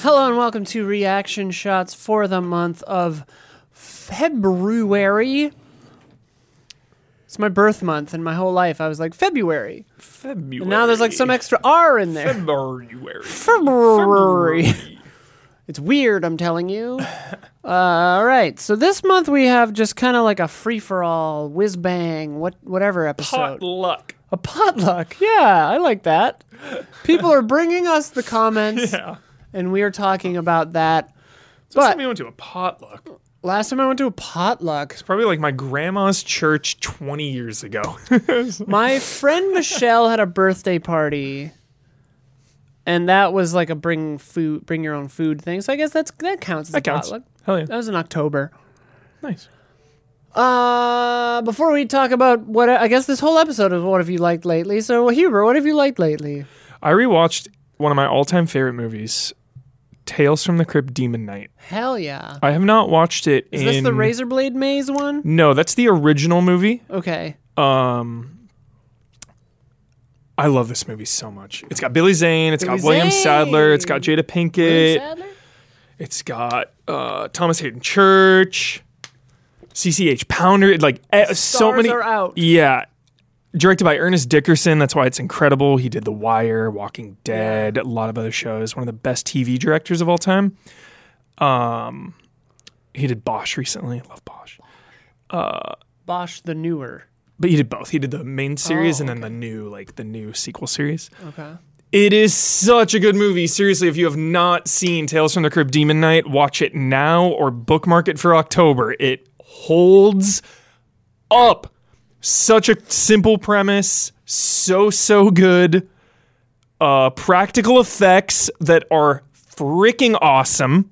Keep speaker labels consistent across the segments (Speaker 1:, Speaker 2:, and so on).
Speaker 1: Hello and welcome to Reaction Shots for the month of February. It's my birth month, and my whole life I was like February.
Speaker 2: February.
Speaker 1: And now there's like some extra R in there.
Speaker 2: February.
Speaker 1: February. It's weird, I'm telling you. All right, so this month we have just kind of like a free for all, whiz bang, what whatever episode.
Speaker 2: Potluck.
Speaker 1: a potluck. Yeah, I like that. People are bringing us the comments,
Speaker 2: Yeah.
Speaker 1: and we are talking about that.
Speaker 2: So
Speaker 1: But-
Speaker 2: somebody went to a potluck.
Speaker 1: Last time I went to a potluck,
Speaker 2: It's probably like my grandma's church 20 years ago.
Speaker 1: my friend Michelle had a birthday party, and that was like a bring food, bring your own food thing. So I guess that's that counts as
Speaker 2: that
Speaker 1: a
Speaker 2: counts.
Speaker 1: potluck.
Speaker 2: Hell yeah.
Speaker 1: That was in October.
Speaker 2: nice.
Speaker 1: Uh, before we talk about what I guess this whole episode of what have you liked lately. So Huber, what have you liked lately?
Speaker 2: I rewatched one of my all time favorite movies, Tales from the Crypt Demon Knight.
Speaker 1: Hell yeah!
Speaker 2: I have not watched it
Speaker 1: Is
Speaker 2: in.
Speaker 1: this the razor blade maze one?
Speaker 2: No, that's the original movie.
Speaker 1: Okay.
Speaker 2: Um, I love this movie so much. It's got Billy Zane, It's
Speaker 1: Billy
Speaker 2: got William
Speaker 1: Zane.
Speaker 2: Sadler, it's got Jada Pinkett, It's got uh, Thomas Hayden Church, CCH Pounder, like eh, so
Speaker 1: stars
Speaker 2: many.
Speaker 1: are out.
Speaker 2: Yeah. Directed by Ernest Dickerson. That's why it's incredible. He did The Wire, Walking Dead, a lot of other shows. One of the best TV directors of all time. Um, he did Bosch recently. I love Bosch.
Speaker 1: Bosch the newer.
Speaker 2: But he did both. He did the main series
Speaker 1: Oh,
Speaker 2: and then the new, like the new sequel series.
Speaker 1: Okay.
Speaker 2: It is such a good movie. Seriously, if you have not seen Tales from the Crypt Demon Night, watch it now or bookmark it for October. It holds up. Such a simple premise, so so good. Uh practical effects that are freaking awesome.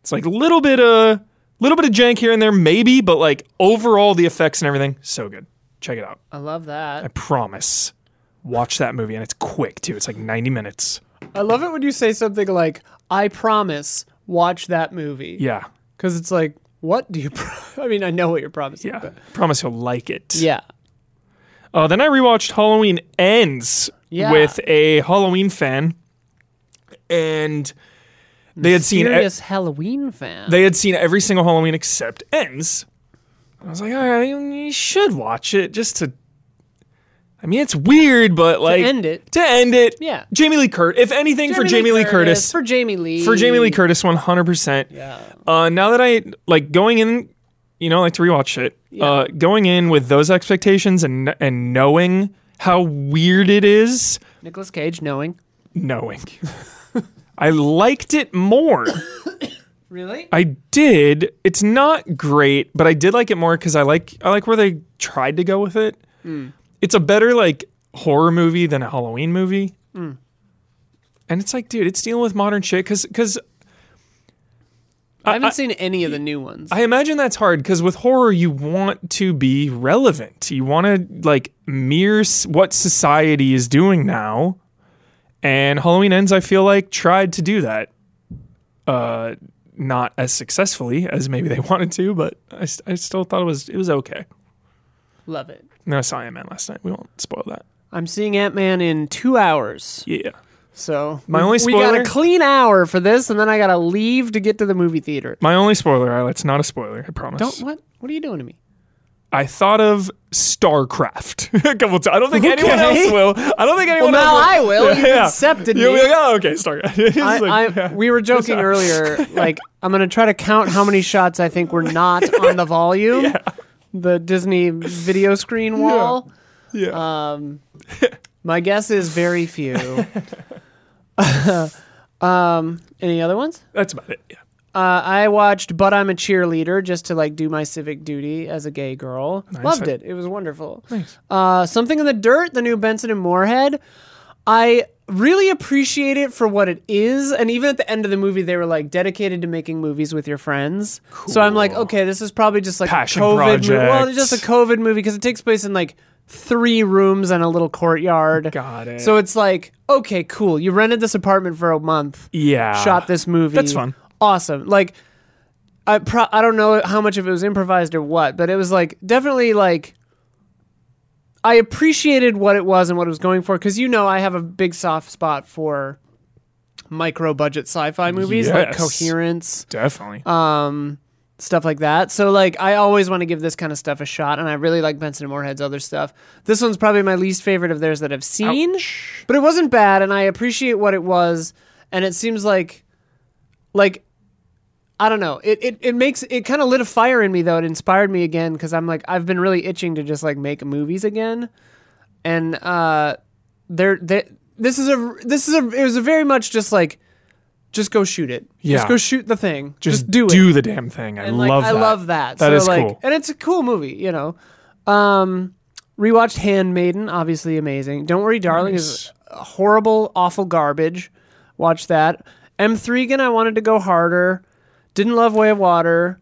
Speaker 2: It's like a little bit of little bit of jank here and there maybe, but like overall the effects and everything so good. Check it out.
Speaker 1: I love that.
Speaker 2: I promise. Watch that movie, and it's quick too. It's like 90 minutes.
Speaker 1: I love it when you say something like, I promise, watch that movie.
Speaker 2: Yeah,
Speaker 1: Because it's like, what do you. Pro- I mean, I know what you're promising.
Speaker 2: yeah.
Speaker 1: but-
Speaker 2: Promise you'll like it.
Speaker 1: Yeah.
Speaker 2: Uh, then I rewatched Halloween Ends
Speaker 1: Yeah.
Speaker 2: with a Halloween fan, and they had seen e-
Speaker 1: Serious Halloween fan.
Speaker 2: they had seen every single Halloween except Ends. I was like, all right, you should watch it just to. I mean, it's weird, but like
Speaker 1: end it.
Speaker 2: To end it,
Speaker 1: Yeah.
Speaker 2: Jamie Lee Curtis. If anything, for Jamie Lee Curtis,
Speaker 1: For Jamie Lee.
Speaker 2: for Jamie Lee Curtis, one hundred percent.
Speaker 1: Yeah.
Speaker 2: Uh, now that I like going in, you know, I like to rewatch it. Uh, going in with those expectations and and knowing how weird it is,
Speaker 1: Nicholas Cage, knowing.
Speaker 2: knowing, I liked it more.
Speaker 1: Really?
Speaker 2: I did. It's not great, but I did like it more because I like I like where they tried to go with it. It's a better like horror movie than a Halloween movie. And it's like, dude, it's dealing with modern shit because because
Speaker 1: I haven't seen any of the new ones.
Speaker 2: I imagine that's hard because with horror, you want to be relevant. You want to like mirror s- what society is doing now. And Halloween Ends, I feel like, tried to do that. Uh, not as successfully as maybe they wanted to, but I, s- I still thought it was it was okay.
Speaker 1: love it.
Speaker 2: No, I saw Ant Man last night. We won't spoil that.
Speaker 1: I'm seeing Ant Man in two hours.
Speaker 2: Yeah.
Speaker 1: So
Speaker 2: My
Speaker 1: we-
Speaker 2: only
Speaker 1: we got
Speaker 2: spoiler-
Speaker 1: a clean hour for this, and then I gotta leave to get to the movie theater.
Speaker 2: My only spoiler, I- it's not a spoiler, I promise.
Speaker 1: Don't what? What are you doing to me?
Speaker 2: I thought of StarCraft a couple times. I don't think anyone
Speaker 1: Okay.
Speaker 2: else will. I don't think anyone
Speaker 1: now
Speaker 2: else
Speaker 1: I will. You've accepted
Speaker 2: You'll
Speaker 1: me.
Speaker 2: be like, oh, okay, StarCraft. It's
Speaker 1: I,
Speaker 2: like,
Speaker 1: I,
Speaker 2: yeah.
Speaker 1: we were joking earlier. Like, I'm gonna try to count how many shots I think were not on the volume, the Disney video screen wall.
Speaker 2: Yeah.
Speaker 1: Um, my guess is very few. um, any other ones?
Speaker 2: That's about it. Yeah.
Speaker 1: Uh, I watched But I'm a Cheerleader just to like do my civic duty as a gay girl. Loved it. It was wonderful. Uh, Something in the Dirt, the new Benson and Moorhead. I really appreciate it for what it is. And even at the end of the movie, they were like dedicated to making movies with your friends. So I'm like, okay, this is probably just like
Speaker 2: Passion
Speaker 1: a COVID movie.
Speaker 2: project.
Speaker 1: Well, it's just a COVID movie because it takes place in like three rooms and a little courtyard.
Speaker 2: Got it.
Speaker 1: So it's like, okay, cool. You rented this apartment for a month
Speaker 2: Yeah.
Speaker 1: shot this movie.
Speaker 2: Ah, That's fun.
Speaker 1: Awesome. Like, I pro- I don't know how much of it was improvised or what, but it was like definitely like I appreciated what it was and what it was going for because you know I have a big soft spot for micro budget sci-fi movies like
Speaker 2: Yes.
Speaker 1: Coherence,
Speaker 2: Definitely.
Speaker 1: Uh, stuff like that. So like I always want to give this kind of stuff a shot, and I really like Benson and Moorhead's other stuff. This one's probably my least favorite of theirs that I've seen, but it wasn't bad, and I appreciate what it was. And it seems like, like, I don't know. It it, it makes it kind of lit a fire in me though. It inspired me again because I'm like I've been really itching to just like make movies again, and uh, there they. This is a this is a it was a very much just like just go shoot it.
Speaker 2: Yeah.
Speaker 1: Just go shoot the thing.
Speaker 2: just,
Speaker 1: Just, do it
Speaker 2: Do the damn thing. I
Speaker 1: and like
Speaker 2: love
Speaker 1: I
Speaker 2: that.
Speaker 1: love that.
Speaker 2: That
Speaker 1: so
Speaker 2: is
Speaker 1: like,
Speaker 2: cool.
Speaker 1: and it's a cool movie, you know. Um, rewatched Handmaiden, obviously amazing. Don't worry, darling is horrible, awful garbage. Watch that. M three again. I wanted to go harder. Didn't love Way of Water.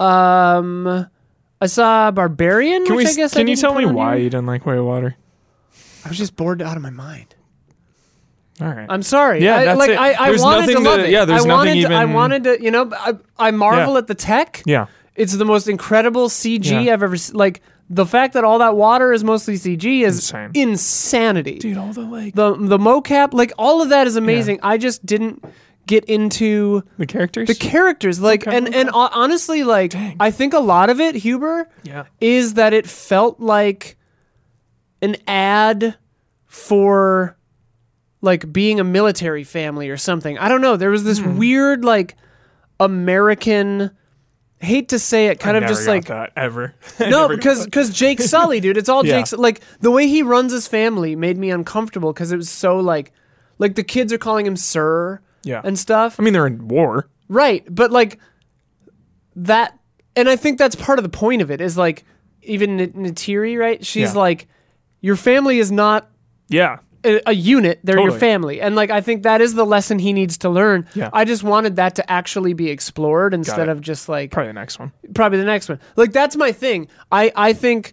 Speaker 1: Um, I saw Barbarian.
Speaker 2: Can,
Speaker 1: which
Speaker 2: we,
Speaker 1: I guess I
Speaker 2: can you
Speaker 1: didn't
Speaker 2: tell
Speaker 1: put
Speaker 2: me
Speaker 1: on
Speaker 2: why
Speaker 1: here.
Speaker 2: you didn't like Way of Water?
Speaker 1: I was just bored out of my mind.
Speaker 2: All right.
Speaker 1: I'm sorry.
Speaker 2: Yeah,
Speaker 1: I,
Speaker 2: that's
Speaker 1: like
Speaker 2: it.
Speaker 1: I, I
Speaker 2: There's
Speaker 1: wanted to
Speaker 2: nothing
Speaker 1: love
Speaker 2: that-
Speaker 1: it.
Speaker 2: yeah, there's
Speaker 1: I
Speaker 2: nothing
Speaker 1: wanted to, I
Speaker 2: even-
Speaker 1: wanted to, you know, I, I marvel
Speaker 2: Yeah.
Speaker 1: at the tech.
Speaker 2: yeah.
Speaker 1: it's the most incredible CG
Speaker 2: Yeah.
Speaker 1: I've ever seen. Like the fact that all that water is mostly CG is
Speaker 2: Insane.
Speaker 1: insanity.
Speaker 2: Dude, all the like the,
Speaker 1: The the mocap, like all of that is amazing. I just didn't get into
Speaker 2: characters.
Speaker 1: the characters, like
Speaker 2: Okay,
Speaker 1: and
Speaker 2: okay.
Speaker 1: and ho- honestly, like I think a lot of it, Huber,
Speaker 2: yeah.
Speaker 1: is that it felt like an ad for like being a military family or something. I don't know. There was this
Speaker 2: Hmm.
Speaker 1: weird like American hate to say it kind of
Speaker 2: Never
Speaker 1: just
Speaker 2: got
Speaker 1: like
Speaker 2: that ever.
Speaker 1: no because because Jake Sully dude it's all
Speaker 2: Yeah.
Speaker 1: Jake's like the way he runs his family made me uncomfortable cuz it was so like like the kids are calling him sir
Speaker 2: yeah.
Speaker 1: and stuff
Speaker 2: I mean, they're in war.
Speaker 1: Right, but like that, and I think that's part of the point of it is like even N- Natiri, right? She's
Speaker 2: Yeah.
Speaker 1: like, your family is not
Speaker 2: Yeah.
Speaker 1: a, a unit; they're your
Speaker 2: Totally.
Speaker 1: family, and like I think that is the lesson he needs to learn.
Speaker 2: Yeah.
Speaker 1: I just wanted that to actually be explored instead
Speaker 2: it.
Speaker 1: of just like
Speaker 2: Probably the next one.
Speaker 1: probably the next one. Like that's my thing. I I think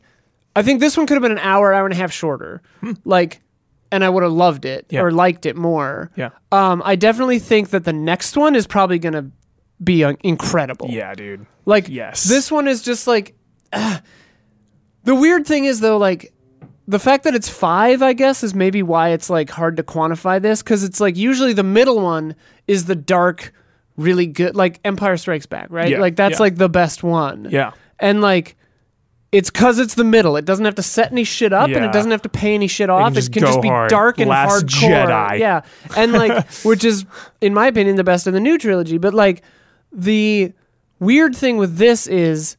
Speaker 1: I think this one could have been an hour, hour and a half shorter. Like and I would have loved it
Speaker 2: Hmm. Yeah.
Speaker 1: or liked it more.
Speaker 2: Yeah.
Speaker 1: Um I definitely think that the next one is probably going to be uh, incredible.
Speaker 2: Yeah, dude.
Speaker 1: Like
Speaker 2: Yes.
Speaker 1: this one is just like ah. the weird thing is though like the fact that it's 5 I guess is maybe why it's like hard to quantify this cuz it's like usually the middle one is the dark really good like Empire Strikes Back, right?
Speaker 2: Yeah,
Speaker 1: Like that's
Speaker 2: yeah.
Speaker 1: like the best one.
Speaker 2: Yeah.
Speaker 1: And like it's cuz it's the middle. It doesn't have to set any shit up and
Speaker 2: Yeah.
Speaker 1: it doesn't have to pay any shit off.
Speaker 2: just
Speaker 1: it can
Speaker 2: go
Speaker 1: just be
Speaker 2: hard.
Speaker 1: dark and
Speaker 2: Last
Speaker 1: hardcore.
Speaker 2: Jedi.
Speaker 1: Yeah. And like which is in my opinion the best of the new trilogy, but like the weird thing with this is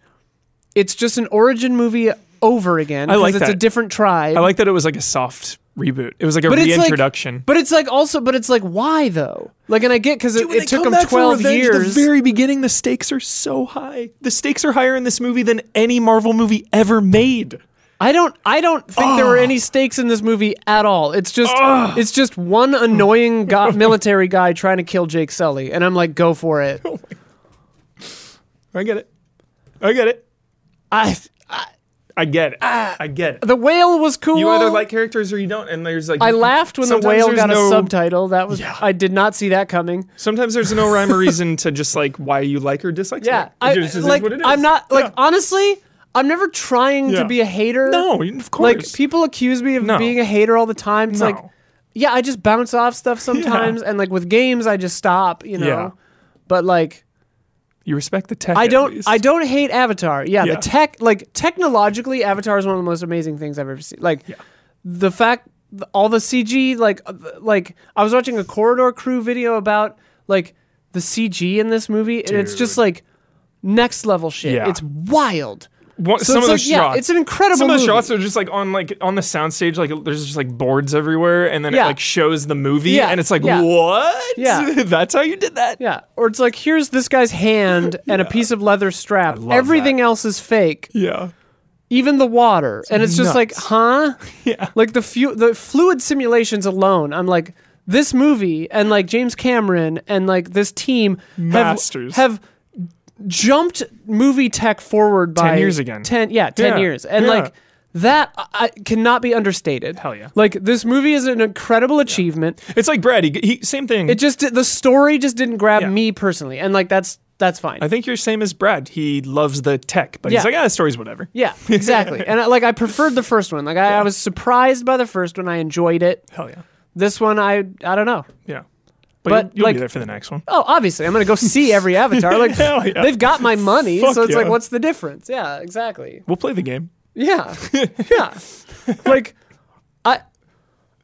Speaker 1: it's just an origin movie over again
Speaker 2: I like
Speaker 1: it's a
Speaker 2: that.
Speaker 1: different tribe.
Speaker 2: I like that it was like a soft reboot. It was like a
Speaker 1: but it's
Speaker 2: reintroduction.
Speaker 1: like, but it's like also, but it's like, why though? Like, and I get because it, it took them twelve years.
Speaker 2: The very beginning, the stakes are so high. The stakes are higher in this movie than any Marvel movie ever made.
Speaker 1: I don't I don't think there were any stakes in this movie at all. It's just it's just one annoying go- military guy trying to kill Jake Sully and I'm like go for it.
Speaker 2: I get it. I get it.
Speaker 1: I
Speaker 2: I get it. I get it.
Speaker 1: the whale was cool.
Speaker 2: You either like characters or you don't, and there's like
Speaker 1: I laughed when the
Speaker 2: Sometimes
Speaker 1: whale
Speaker 2: there's
Speaker 1: got a
Speaker 2: no-
Speaker 1: subtitle. That was I did not see that coming.
Speaker 2: Sometimes there's no rhyme or reason to just like why you like or dislike.
Speaker 1: Yeah.
Speaker 2: something.
Speaker 1: I,
Speaker 2: It just is
Speaker 1: like
Speaker 2: what it is.
Speaker 1: I'm not like
Speaker 2: Yeah.
Speaker 1: honestly, I'm never trying
Speaker 2: Yeah.
Speaker 1: to be a hater.
Speaker 2: no, of course.
Speaker 1: Like people accuse me of
Speaker 2: No.
Speaker 1: being a hater all the time. It's
Speaker 2: No.
Speaker 1: like yeah, I just bounce off stuff sometimes and like with games I just stop, you know.
Speaker 2: Yeah.
Speaker 1: But like
Speaker 2: you respect the tech.
Speaker 1: I
Speaker 2: at
Speaker 1: don't
Speaker 2: least.
Speaker 1: I don't hate Avatar. Yeah,
Speaker 2: Yeah.
Speaker 1: the tech like technologically Avatar is one of the most amazing things I've ever seen. Like the fact th- all the CG like uh, th- like I was watching a Corridor Crew video about like the CG in this movie and it's just
Speaker 2: Dude.
Speaker 1: like next level shit.
Speaker 2: Yeah.
Speaker 1: It's wild.
Speaker 2: One-
Speaker 1: So it's
Speaker 2: some of the
Speaker 1: like,
Speaker 2: shots.
Speaker 1: yeah, it's an incredible
Speaker 2: some of the
Speaker 1: movie.
Speaker 2: shots are just like on like on the soundstage, like there's just like boards everywhere, and then
Speaker 1: Yeah.
Speaker 2: it like shows the movie,
Speaker 1: Yeah,
Speaker 2: and it's like
Speaker 1: yeah.
Speaker 2: what?
Speaker 1: Yeah.
Speaker 2: that's how you did that.
Speaker 1: Yeah, or it's like here's this guy's hand and a piece of leather strap.
Speaker 2: love
Speaker 1: Everything else is fake,
Speaker 2: Yeah,
Speaker 1: even the water. and it's just like,
Speaker 2: nuts.
Speaker 1: huh?
Speaker 2: yeah.
Speaker 1: Like the fu- the fluid simulations alone, I'm like this movie and like James Cameron and like this team have-
Speaker 2: Masters.
Speaker 1: have jumped movie tech forward by
Speaker 2: years again.
Speaker 1: Ten, yeah, ten
Speaker 2: Yeah,
Speaker 1: years, and
Speaker 2: yeah.
Speaker 1: like that I, I- cannot be understated.
Speaker 2: Hell yeah.
Speaker 1: Like this movie is an incredible achievement.
Speaker 2: It's like Brad. He, he same thing.
Speaker 1: It just the story just didn't grab
Speaker 2: Yeah.
Speaker 1: me personally, and like that's that's fine.
Speaker 2: I think you're same as Brad. He loves the tech, but
Speaker 1: Yeah.
Speaker 2: he's like, ah, the story's whatever.
Speaker 1: Yeah, exactly. and I, like I preferred the first one. Like I, I was surprised by the first one. I enjoyed it.
Speaker 2: Hell yeah,
Speaker 1: This one, I I don't know.
Speaker 2: yeah. But,
Speaker 1: But,
Speaker 2: you'll, you'll
Speaker 1: like-
Speaker 2: be there for the next one.
Speaker 1: Oh, obviously, I'm gonna go see every Avatar. Like
Speaker 2: Hell yeah.
Speaker 1: they've got my money,
Speaker 2: Fuck
Speaker 1: so it's like,
Speaker 2: yeah.
Speaker 1: what's the difference? Yeah, exactly.
Speaker 2: We'll play the game.
Speaker 1: Yeah, yeah. like I,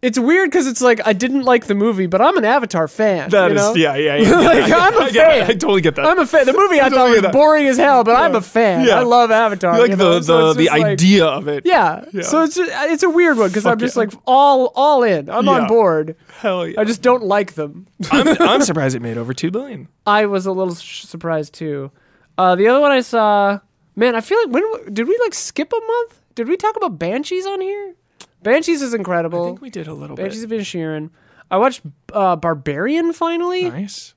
Speaker 1: it's weird because it's like I didn't like the movie, but I'm an Avatar fan.
Speaker 2: That
Speaker 1: you
Speaker 2: is,
Speaker 1: know?
Speaker 2: yeah, yeah, yeah.
Speaker 1: Like,
Speaker 2: yeah,
Speaker 1: I'm a
Speaker 2: I get it.
Speaker 1: fan.
Speaker 2: I totally get that.
Speaker 1: I'm a fan. The movie I
Speaker 2: Totally
Speaker 1: thought was
Speaker 2: get that.
Speaker 1: boring as hell, but I'm a fan.
Speaker 2: Yeah.
Speaker 1: I love Avatar.
Speaker 2: You like
Speaker 1: you know?
Speaker 2: the
Speaker 1: So
Speaker 2: the,
Speaker 1: it's
Speaker 2: the
Speaker 1: just like-
Speaker 2: idea of it.
Speaker 1: Yeah.
Speaker 2: Yeah.
Speaker 1: So it's just, it's a weird one because I'm just
Speaker 2: yeah.
Speaker 1: like all all in. I'm
Speaker 2: Yeah.
Speaker 1: on board.
Speaker 2: Hell yeah.
Speaker 1: I just don't like them.
Speaker 2: I'm, I'm surprised it made over two billion.
Speaker 1: I was a little sh- surprised too. Uh, the other one I saw, man, I feel like when w- did we like skip a month? Did we talk about Banshees on here? Banshees is
Speaker 2: I
Speaker 1: incredible.
Speaker 2: think we did a little
Speaker 1: Banshees
Speaker 2: bit.
Speaker 1: of Inisherin. I watched uh, Barbarian finally,
Speaker 2: Nice.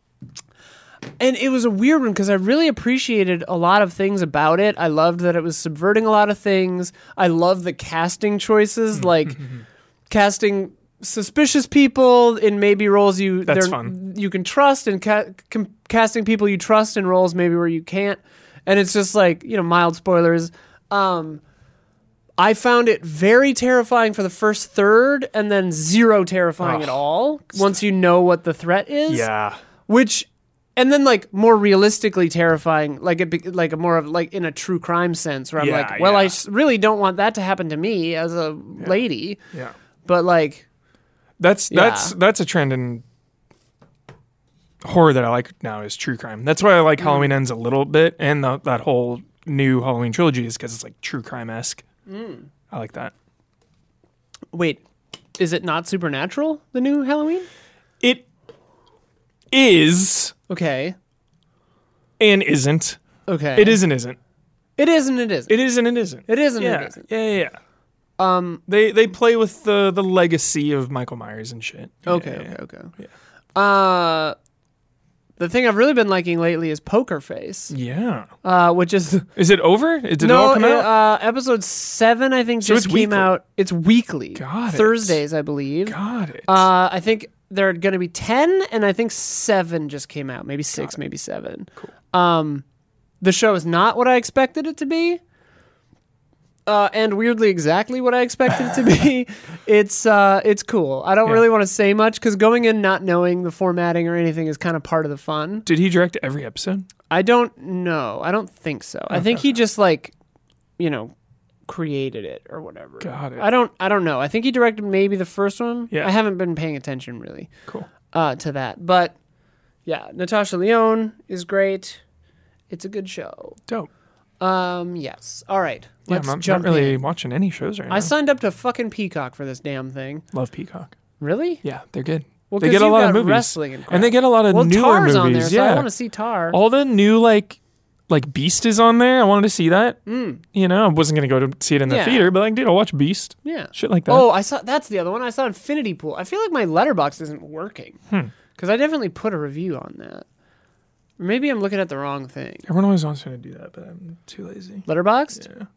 Speaker 1: and it was a weird one because I really appreciated a lot of things about it. I loved that it was subverting a lot of things. I love the casting choices, like casting suspicious people in maybe roles you
Speaker 2: That's
Speaker 1: they're-
Speaker 2: fun.
Speaker 1: you can trust, and ca- com- casting people you trust in roles maybe where you can't. And it's just like you know, mild spoilers. Um, I found it very terrifying for the first third, and then zero terrifying
Speaker 2: Ugh.
Speaker 1: at all once you know what the threat is
Speaker 2: Yeah.
Speaker 1: which and then like more realistically terrifying like it be, like a more of like in a true crime sense where i'm
Speaker 2: Yeah,
Speaker 1: like well i
Speaker 2: yeah.
Speaker 1: s- really don't want that to happen to me as a lady
Speaker 2: Yeah.
Speaker 1: but like
Speaker 2: That's
Speaker 1: Yeah.
Speaker 2: that's that's a trend in horror that I like now is true crime. That's why I
Speaker 1: Mm.
Speaker 2: like Halloween Ends a little bit, and the, that whole new Halloween trilogy is because it's like true crime esque.
Speaker 1: Mm.
Speaker 2: I like that.
Speaker 1: wait is it not supernatural the new halloween
Speaker 2: It is
Speaker 1: okay
Speaker 2: and isn't.
Speaker 1: okay
Speaker 2: It is and isn't.
Speaker 1: it is and it isn't
Speaker 2: It is and it isn't.
Speaker 1: it is and
Speaker 2: yeah.
Speaker 1: it isn't
Speaker 2: yeah, yeah, yeah. Um, they they play with the the legacy of Michael Myers and shit. Yeah,
Speaker 1: okay
Speaker 2: yeah, yeah.
Speaker 1: okay okay uh the thing i've really been liking lately is poker face
Speaker 2: Yeah.
Speaker 1: uh which is
Speaker 2: Is it over? Did it
Speaker 1: no,
Speaker 2: all come
Speaker 1: uh,
Speaker 2: out?
Speaker 1: Uh, episode seven, I think,
Speaker 2: So
Speaker 1: just
Speaker 2: it's
Speaker 1: came
Speaker 2: weekly.
Speaker 1: out. It's weekly.
Speaker 2: Got it.
Speaker 1: Thursdays, I believe.
Speaker 2: Got it.
Speaker 1: Uh, I think there are going to be 10, and I think seven just came out. Maybe six, maybe seven. Cool. Um, the show is not what I expected it to be. Uh, and weirdly, exactly what I expected it to be. It's uh, it's cool. I don't really want to say much because going in not knowing the formatting or anything is kind of part of the fun.
Speaker 2: Did he direct every episode?
Speaker 1: I don't know. I don't think so. I think he just like, you know, created it or whatever.
Speaker 2: Got it.
Speaker 1: I don't. I don't know. I think he directed maybe the first one.
Speaker 2: Yeah.
Speaker 1: I haven't been paying attention really
Speaker 2: Cool.
Speaker 1: uh, to that, but yeah, Natasha Leone is great. It's a good show.
Speaker 2: Dope.
Speaker 1: Um. Yes. All right.
Speaker 2: Yeah,
Speaker 1: Let's
Speaker 2: I'm not-
Speaker 1: jump
Speaker 2: not really
Speaker 1: in.
Speaker 2: watching any shows right now.
Speaker 1: I signed up to fucking Peacock for this damn thing.
Speaker 2: Love Peacock.
Speaker 1: Really?
Speaker 2: Yeah, they're good.
Speaker 1: Well,
Speaker 2: they
Speaker 1: 'cause
Speaker 2: get a
Speaker 1: you
Speaker 2: lot
Speaker 1: got
Speaker 2: of movies,
Speaker 1: wrestling and crap.
Speaker 2: they get a lot of
Speaker 1: Well,
Speaker 2: newer
Speaker 1: Tar's
Speaker 2: movies.
Speaker 1: on there, so
Speaker 2: yeah,
Speaker 1: I want to see Tar.
Speaker 2: all the new like like Beast is on there. I wanted to see that. You know, I wasn't gonna go to see it in the
Speaker 1: Mm. Yeah.
Speaker 2: theater, but like, dude, I'll watch Beast.
Speaker 1: yeah.
Speaker 2: Shit like that.
Speaker 1: Oh, I saw that's the other one. I saw Infinity Pool. I feel like my letterbox isn't working
Speaker 2: Hmm.
Speaker 1: because I definitely put a review on that. Maybe I'm looking at the wrong thing.
Speaker 2: Everyone always wants me to do that, but I'm too lazy.
Speaker 1: Letterboxed?
Speaker 2: Yeah.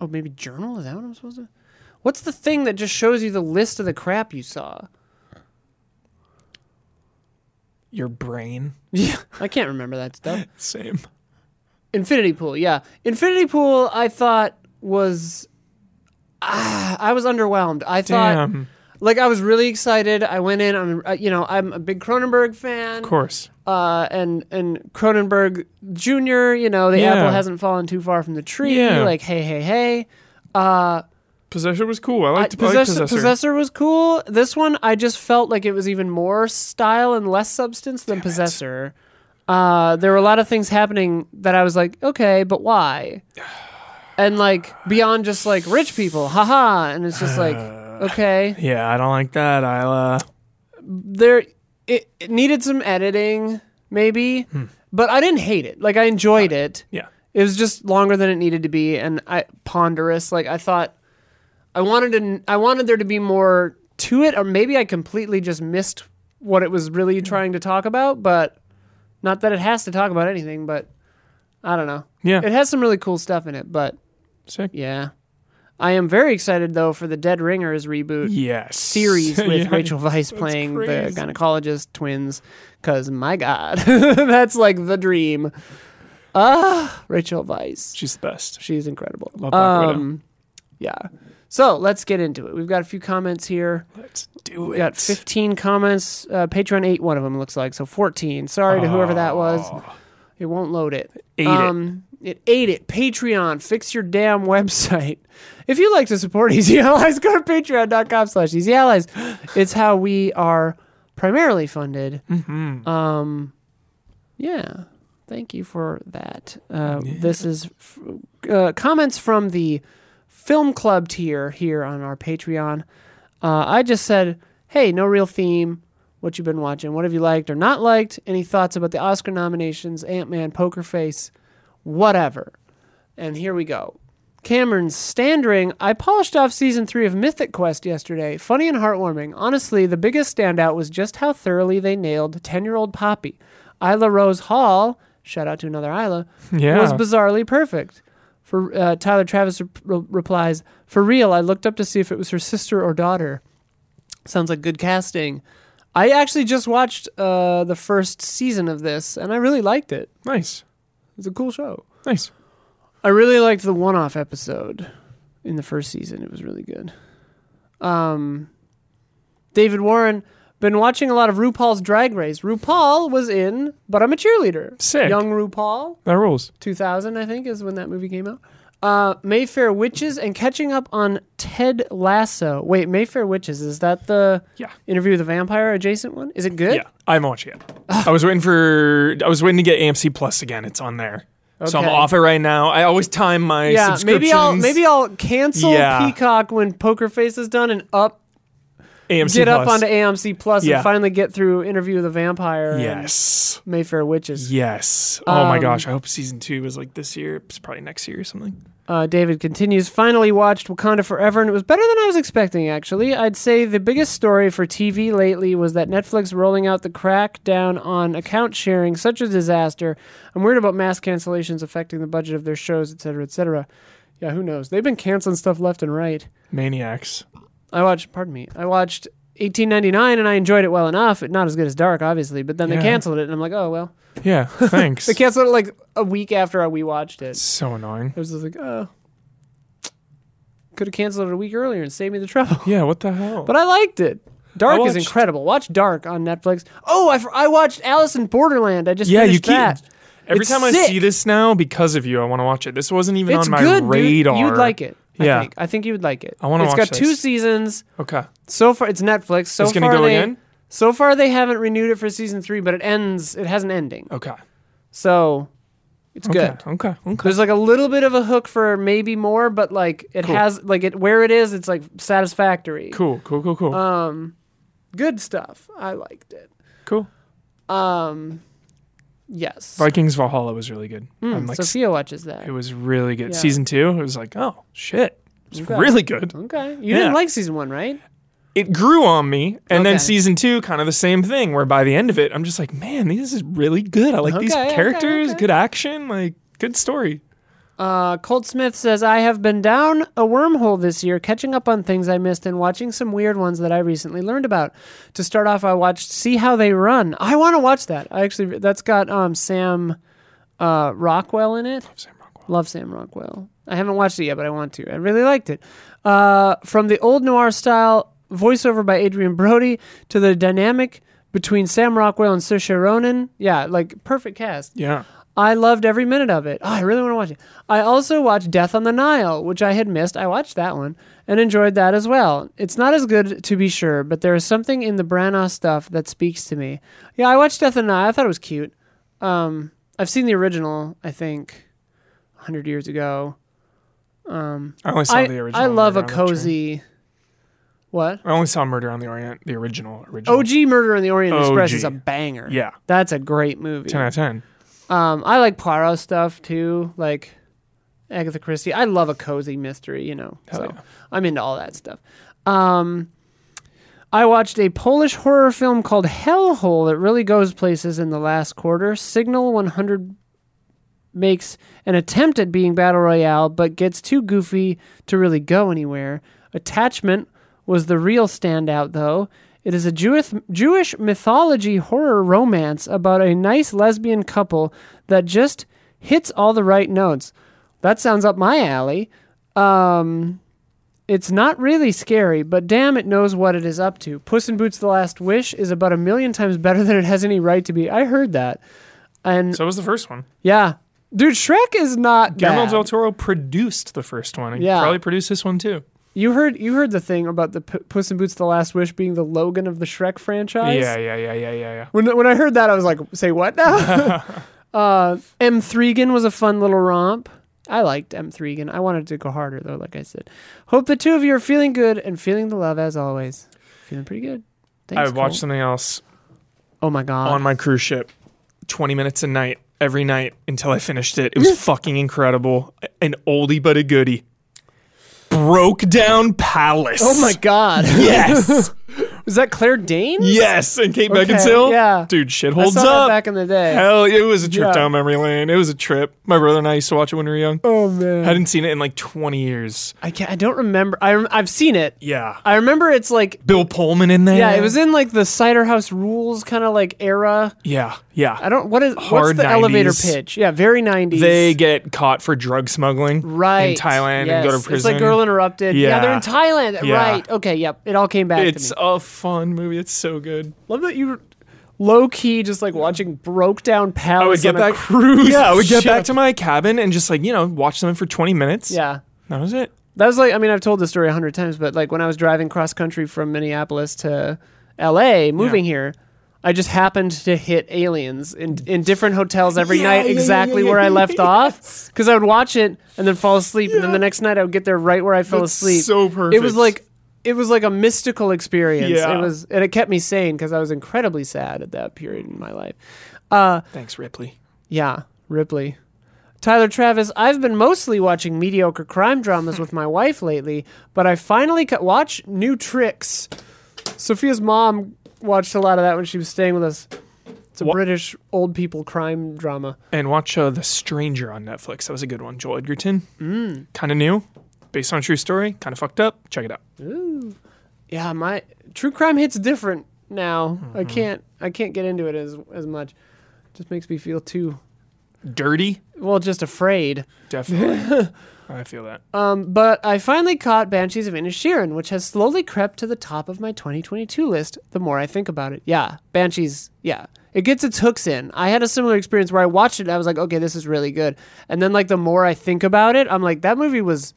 Speaker 1: Oh, maybe journal is that what I'm supposed to? What's the thing that just shows you the list of the crap you saw?
Speaker 2: Your brain.
Speaker 1: Yeah, I can't remember that stuff.
Speaker 2: Same.
Speaker 1: Infinity Pool, yeah. Infinity Pool, I thought was, ah, I was underwhelmed. I thought
Speaker 2: Damn.
Speaker 1: like I was really excited. I went in. I'm uh, you know I'm a big Cronenberg fan.
Speaker 2: Of course.
Speaker 1: uh, and and Cronenberg Jr. You know, the
Speaker 2: Yeah.
Speaker 1: apple hasn't fallen too far from the tree.
Speaker 2: Yeah.
Speaker 1: Like, hey, hey, hey.
Speaker 2: Possessor was cool. I
Speaker 1: I,
Speaker 2: liked I liked
Speaker 1: Uh, Possessor, Possessor. was cool. This one, I just felt like it was even more style and less substance than Possessor. Uh, there were a lot of things happening that I was like, okay, but why? And like beyond just like rich people, haha. And it's just like, okay,
Speaker 2: Yeah, I uh, don't like that, Isla.
Speaker 1: there it, it needed some editing maybe, but I didn't hate it. Like I enjoyed Hmm. it.
Speaker 2: Yeah.
Speaker 1: It was just longer than it needed to be, and I ponderous. Like I thought, I wanted to, I wanted there to be more to it, or maybe I completely just missed what it was really trying to talk about. But not that it has to talk about anything, but I don't know.
Speaker 2: Yeah.
Speaker 1: It has some really cool stuff in it, but
Speaker 2: Sick.
Speaker 1: yeah, I am very excited though for the Dead Ringers reboot
Speaker 2: Yes.
Speaker 1: series with
Speaker 2: Yeah.
Speaker 1: Rachel Weisz playing the
Speaker 2: crazy.
Speaker 1: gynecologist twins. Cause my God, that's like the dream. Ah, Rachel Weisz,
Speaker 2: She's the best.
Speaker 1: she's incredible. Um,
Speaker 2: Love Black Widow.
Speaker 1: Yeah. So let's get into it. We've got a few comments here.
Speaker 2: Let's do
Speaker 1: We got 15 comments. Uh, Patreon ate one of them, looks like. So 14. Sorry to whoever that was. It won't load it. Um,
Speaker 2: Ate it.
Speaker 1: it. It ate it. Patreon, fix your damn website. If you like to support Easy Allies, go to patreon.com slash Easy Allies. It's how we are primarily funded. Um,
Speaker 2: Mm-hmm.
Speaker 1: yeah. Thank you for that. Uh, This is f- uh, comments from the film club tier here on our Patreon. Uh, I just said, hey, no real theme. What you've been watching? What have you liked or not liked? Any thoughts about the Oscar nominations? Ant Man, Poker Face, whatever. And here we go. Cameron Standring, I polished off season three of Mythic Quest yesterday. Funny and heartwarming. Honestly, the biggest standout was just how thoroughly they nailed 10 year old Poppy. Isla Rose Hall, shout out to another Isla,
Speaker 2: Yeah.
Speaker 1: was bizarrely perfect. For uh, Tyler Travis re- re- replies, "For real, I looked up to see if it was her sister or daughter. Sounds like good casting. I actually just watched uh, the first season of this, and I really liked it.
Speaker 2: nice.
Speaker 1: It's a cool show.
Speaker 2: Nice.
Speaker 1: I really liked the one-off episode in the first season. It was really good. Um, David Warren been watching a lot of RuPaul's Drag Race. RuPaul was in, but I'm a cheerleader.
Speaker 2: Sick.
Speaker 1: Young RuPaul.
Speaker 2: That rules.
Speaker 1: 2000, I think, is when that movie came out. Uh, Mayfair Witches and catching up on Ted Lasso. Wait, Mayfair Witches is that the
Speaker 2: Yeah.
Speaker 1: interview with the vampire adjacent one? Is it good?
Speaker 2: Yeah. I haven't watched it yet.
Speaker 1: Ah.
Speaker 2: I was waiting for I was waiting to get AMC Plus again. It's on there. So I'm
Speaker 1: Okay.
Speaker 2: off it right now. I always time my
Speaker 1: Yeah,
Speaker 2: subscriptions.
Speaker 1: maybe I'll maybe I'll cancel
Speaker 2: Yeah.
Speaker 1: Peacock when Poker Face is done and up
Speaker 2: AMC
Speaker 1: get
Speaker 2: Plus.
Speaker 1: up onto AMC Plus
Speaker 2: Yeah.
Speaker 1: and finally get through Interview with the Vampire and
Speaker 2: Yes.
Speaker 1: Mayfair Witches.
Speaker 2: Yes. Oh my
Speaker 1: Um,
Speaker 2: gosh. I hope season two is like this year. It's probably next year or something.
Speaker 1: Uh, David continues. Finally watched Wakanda Forever, and it was better than I was expecting. Actually, I'd say the biggest story for TV lately was that Netflix rolling out the crackdown on account sharing, such a disaster. I'm worried about mass cancellations affecting the budget of their shows, etc., etc. Yeah, who knows? They've been canceling stuff left and right.
Speaker 2: Maniacs.
Speaker 1: I watched. Pardon me. I watched 1899, and I enjoyed it well enough. Not as good as Dark, obviously, but then
Speaker 2: Yeah.
Speaker 1: they canceled it, and I'm like, oh well.
Speaker 2: Yeah. Thanks.
Speaker 1: They canceled it like a week after we watched it.
Speaker 2: so annoying.
Speaker 1: I was just like, oh, could have canceled it a week earlier and saved me the trouble.
Speaker 2: Yeah. What the hell?
Speaker 1: But I liked it. Dark is
Speaker 2: watched-
Speaker 1: incredible. Watch Dark on Netflix. Oh, I, fr- I watched Alice in Borderland. I just
Speaker 2: yeah, you
Speaker 1: finished
Speaker 2: keep.
Speaker 1: that.
Speaker 2: Every
Speaker 1: It's
Speaker 2: time I
Speaker 1: sick.
Speaker 2: see this now, because of you, I want to watch it. This wasn't even
Speaker 1: It's
Speaker 2: on my
Speaker 1: good, dude.
Speaker 2: radar.
Speaker 1: You'd like it.
Speaker 2: Yeah.
Speaker 1: I think. I think you would like it.
Speaker 2: I wanna
Speaker 1: It's
Speaker 2: watch
Speaker 1: got two
Speaker 2: this.
Speaker 1: seasons
Speaker 2: Okay.
Speaker 1: so far. It's Netflix. So
Speaker 2: it's gonna
Speaker 1: far
Speaker 2: go
Speaker 1: they,
Speaker 2: again.
Speaker 1: So far they haven't renewed it for season three, but it ends. It has an ending.
Speaker 2: Okay.
Speaker 1: So it's
Speaker 2: Oh. Okay.
Speaker 1: good.
Speaker 2: Okay. Okay.
Speaker 1: There's like a little bit of a hook for maybe more, but like it has like it where it is, it's like satisfactory.
Speaker 2: Cool. Cool. Cool. Cool.
Speaker 1: Uh, Good stuff. I liked it.
Speaker 2: cool.
Speaker 1: Yes. Um,
Speaker 2: Vikings Valhalla was really good. I'm like,
Speaker 1: Sophia watches that.
Speaker 2: it was really good.
Speaker 1: Hmm, Yeah.
Speaker 2: Season two, it was like, oh shit, it's
Speaker 1: Okay.
Speaker 2: really good.
Speaker 1: Okay. You
Speaker 2: Yeah.
Speaker 1: didn't like season one, right?
Speaker 2: It grew on me, and then
Speaker 1: Okay.
Speaker 2: season two, kind of the same thing. Where by the end of it, I'm just like, man, this is really good. I like these
Speaker 1: Okay, okay,
Speaker 2: characters.
Speaker 1: okay.
Speaker 2: Good action. Like good story.
Speaker 1: Uh, Colt Smith says, I have been down a wormhole this year, catching up on things I missed and watching some weird ones that I recently learned about. To start off, I watched See How They Run. I want to watch that. I actually, that's got um, Sam uh, Rockwell in it.
Speaker 2: Sam Rockwell.
Speaker 1: Love Sam Rockwell. I haven't watched it yet, but I want to. I really liked it. Uh, from the old noir style voiceover by Adrian Brody to the dynamic between Sam Rockwell and Saoirse Ronan. Yeah, like perfect cast.
Speaker 2: Yeah.
Speaker 1: I loved every minute of it. Oh, I really want to watch it. I also watched Death on the Nile, which I had missed. I watched that one and enjoyed that as well. It's not as good to be sure, but there is something in the Branagh stuff that speaks to me. Yeah, I watched Death on the Nile. I thought it was cute. Um, I've seen the original, I think, 100 years ago.
Speaker 2: I only saw
Speaker 1: I,
Speaker 2: the original.
Speaker 1: I love a
Speaker 2: Murder on the Train.
Speaker 1: cozy. What?
Speaker 2: I only saw Murder on the Orient, the original. Original.
Speaker 1: OG Murder in the Orient Express
Speaker 2: OG.
Speaker 1: is a banger.
Speaker 2: Yeah.
Speaker 1: That's a great movie.
Speaker 2: Ten out of ten.
Speaker 1: Um, I like Poirot stuff too, like Agatha Christie. I love a cozy mystery, you know.
Speaker 2: Hell
Speaker 1: so
Speaker 2: yeah.
Speaker 1: I'm into all that stuff. Um, I watched a Polish horror film called Hellhole that really goes places in the last quarter. Signal 100 makes an attempt at being battle royale, but gets too goofy to really go anywhere. Attachment was the real standout, though. It is a Jewish, Jewish mythology horror romance about a nice lesbian couple that just hits all the right notes. That sounds up my alley. Um, It's not really scary, but damn, it knows what it is up to. Puss in Boots: The Last Wish is about a million times better than it has any right to be. I heard that, and
Speaker 2: So was the first one.
Speaker 1: yeah, dude, Shrek is not
Speaker 2: Guillermo
Speaker 1: bad.
Speaker 2: del Toro produced the first one. He
Speaker 1: Yeah.
Speaker 2: probably produced this one too.
Speaker 1: you heard you heard the thing about the P- Puss in Boots: The Last Wish being the Logan of the Shrek franchise.
Speaker 2: Yeah, yeah, yeah, yeah, yeah, yeah.
Speaker 1: When when I heard that, I was like, "Say what now?" uh, M Threegan was a fun little romp. I liked M Threegan. I wanted to go harder though, like I said. Hope the two of you are feeling good and feeling the love as always. Feeling pretty good. Thanks,
Speaker 2: I
Speaker 1: Cole.
Speaker 2: watched something else
Speaker 1: Oh my god.
Speaker 2: on my cruise ship, twenty minutes a night, every night until I finished it. It was fucking incredible. An oldie but a goodie. Broke down palace.
Speaker 1: oh my god.
Speaker 2: Yes,
Speaker 1: was that Claire Dane?
Speaker 2: yes, and Kate
Speaker 1: Okay,
Speaker 2: Beckinsale.
Speaker 1: yeah.
Speaker 2: dude, shit
Speaker 1: I
Speaker 2: holds
Speaker 1: saw that
Speaker 2: up.
Speaker 1: back in the day.
Speaker 2: Hell, it was a trip
Speaker 1: Yeah.
Speaker 2: down memory lane. It was a trip. My brother and I used to watch it when we were young.
Speaker 1: Oh man.
Speaker 2: I hadn't seen it in like twenty years.
Speaker 1: I can't, I don't remember. I rem- I've seen it.
Speaker 2: Yeah,
Speaker 1: I remember it's like
Speaker 2: Bill Pullman in there.
Speaker 1: yeah, it was in like the cider house rules kind of like era.
Speaker 2: Yeah, yeah.
Speaker 1: I don't what is
Speaker 2: Hard
Speaker 1: what's the elevator
Speaker 2: 90s.
Speaker 1: pitch? Yeah, very 90s.
Speaker 2: They get caught for drug smuggling
Speaker 1: right
Speaker 2: in Thailand and go to
Speaker 1: yes.
Speaker 2: prison.
Speaker 1: It's like Girl Interrupted. Yeah, they're in
Speaker 2: Yeah.
Speaker 1: Thailand.
Speaker 2: Yeah.
Speaker 1: Right. Okay. Yep. It all came back
Speaker 2: It's
Speaker 1: to me.
Speaker 2: a fun movie. It's so good.
Speaker 1: Love that you low key just like watching broke down palace.
Speaker 2: I would get
Speaker 1: on a
Speaker 2: back
Speaker 1: cruise.
Speaker 2: Yeah, I would get
Speaker 1: ship.
Speaker 2: back to my cabin and just like you know watch something for twenty minutes.
Speaker 1: Yeah.
Speaker 2: that was it.
Speaker 1: That was like I mean I've told this story a hundred times, but like when I was driving cross country from Minneapolis to L.A. moving here. I just happened to hit aliens in in different hotels every
Speaker 2: Yeah,
Speaker 1: night,
Speaker 2: yeah, yeah,
Speaker 1: exactly
Speaker 2: yeah,
Speaker 1: where I
Speaker 2: yeah,
Speaker 1: left off. Because I would watch it and then fall asleep, and then the next night I would get there right where I fell asleep.
Speaker 2: so
Speaker 1: It
Speaker 2: perfect.
Speaker 1: was like it was like a mystical experience.
Speaker 2: Yeah.
Speaker 1: It was, and it kept me sane because I was incredibly sad at that period in my life.
Speaker 2: Thanks, Ripley.
Speaker 1: Yeah, Ripley. Tyler Travis, I've been mostly watching mediocre crime dramas with my wife lately, but I finally cut watch New Tricks. Sophia's mom watched a lot of that when she was staying with us. It's a
Speaker 2: Wha-
Speaker 1: British old people crime drama.
Speaker 2: And watch uh, The Stranger on Netflix. That was a good one. Joel Edgerton.
Speaker 1: Mm.
Speaker 2: Kind of new, based on a true story. Kind of fucked up. Check it out.
Speaker 1: Yeah, my true crime hits different now. I can't I can't get into it as as much. Just makes me feel too
Speaker 2: Dirty.
Speaker 1: well, just afraid.
Speaker 2: Definitely. I feel that.
Speaker 1: Um, but I finally caught Banshees of Inishirin, which has slowly crept to the top of my 2022 list the more I think about it. Yeah, Banshees, yeah. It gets its hooks in. I had a similar experience where I watched it and I was like, okay, this is really good. And then, like, the more I think about it, I'm like, that movie was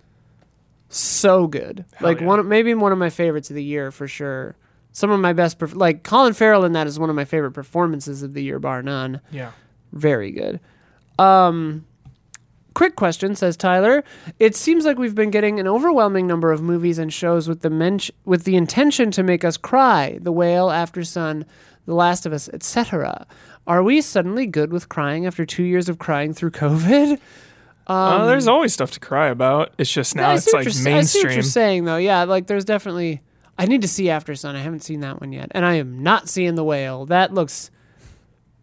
Speaker 1: so good. like,
Speaker 2: yeah.
Speaker 1: one, of- maybe one of my favorites of the year for sure. Some of my best, perf- like, Colin Farrell in that is one of my favorite performances of the year, bar none
Speaker 2: Yeah.
Speaker 1: very good. Um, quick question, says Tyler. It seems like we've been getting an overwhelming number of movies and shows with the men- with the intention to make us cry. The Whale, After Sun, The Last of Us, etc. Are we suddenly good with crying after two years of crying through COVID?
Speaker 2: uh, there's always stuff to cry about. It's just now
Speaker 1: um, I
Speaker 2: it's
Speaker 1: see what
Speaker 2: like
Speaker 1: you're s- I see what
Speaker 2: mainstream.
Speaker 1: you're saying, though. Yeah, like there's definitely. I need to see After Sun. I haven't seen that one yet, and I am not seeing the whale. That looks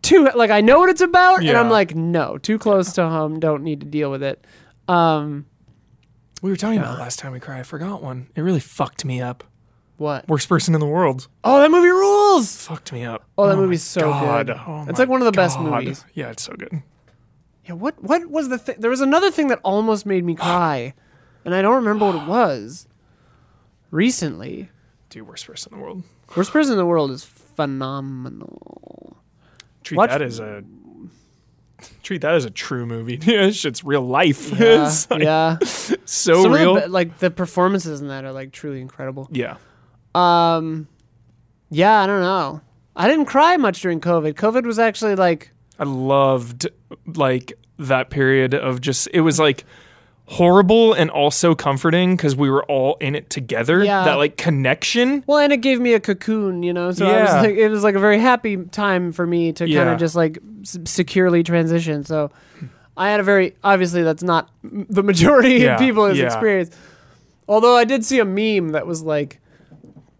Speaker 1: too like I know what it's about, and I'm
Speaker 2: Yeah.
Speaker 1: like, no, too close to home. Don't need to deal with it. Um,
Speaker 2: We were talking about last time we cried. I forgot one. It really fucked me up.
Speaker 1: what?
Speaker 2: Worst person in the world.
Speaker 1: Oh, that movie rules!
Speaker 2: Fucked me up.
Speaker 1: Oh, that
Speaker 2: my
Speaker 1: movie's so
Speaker 2: God.
Speaker 1: good.
Speaker 2: Oh
Speaker 1: it's
Speaker 2: my
Speaker 1: like one of the best
Speaker 2: God.
Speaker 1: movies.
Speaker 2: Yeah, it's so good.
Speaker 1: Yeah. What? What was the thing? There was another thing that almost made me cry, and I don't remember what it was. Recently,
Speaker 2: Dude, worst person in the world.
Speaker 1: Worst Person in the World is phenomenal.
Speaker 2: Treat
Speaker 1: Watch-
Speaker 2: that as a treat that as a true movie. Yeah, this shit's real life.
Speaker 1: Yeah,
Speaker 2: it's like
Speaker 1: yeah.
Speaker 2: so
Speaker 1: Some
Speaker 2: Oh, real.
Speaker 1: Of the, be- like the performances in that are like truly incredible.
Speaker 2: yeah.
Speaker 1: Um, yeah, I don't know. I didn't cry much during COVID. COVID was actually like
Speaker 2: I loved like that period of just it was like horrible and also comforting because we were all in it together.
Speaker 1: Yeah.
Speaker 2: That like connection.
Speaker 1: well, and it gave me a cocoon, you know. So I was
Speaker 2: Yeah.
Speaker 1: like, it was like a very happy time for me to kind
Speaker 2: Yeah.
Speaker 1: of just like s- securely transition. So I had a very obviously that's not m- the majority
Speaker 2: Yeah,
Speaker 1: of people's
Speaker 2: yeah.
Speaker 1: experience. Although I did see a meme that was like,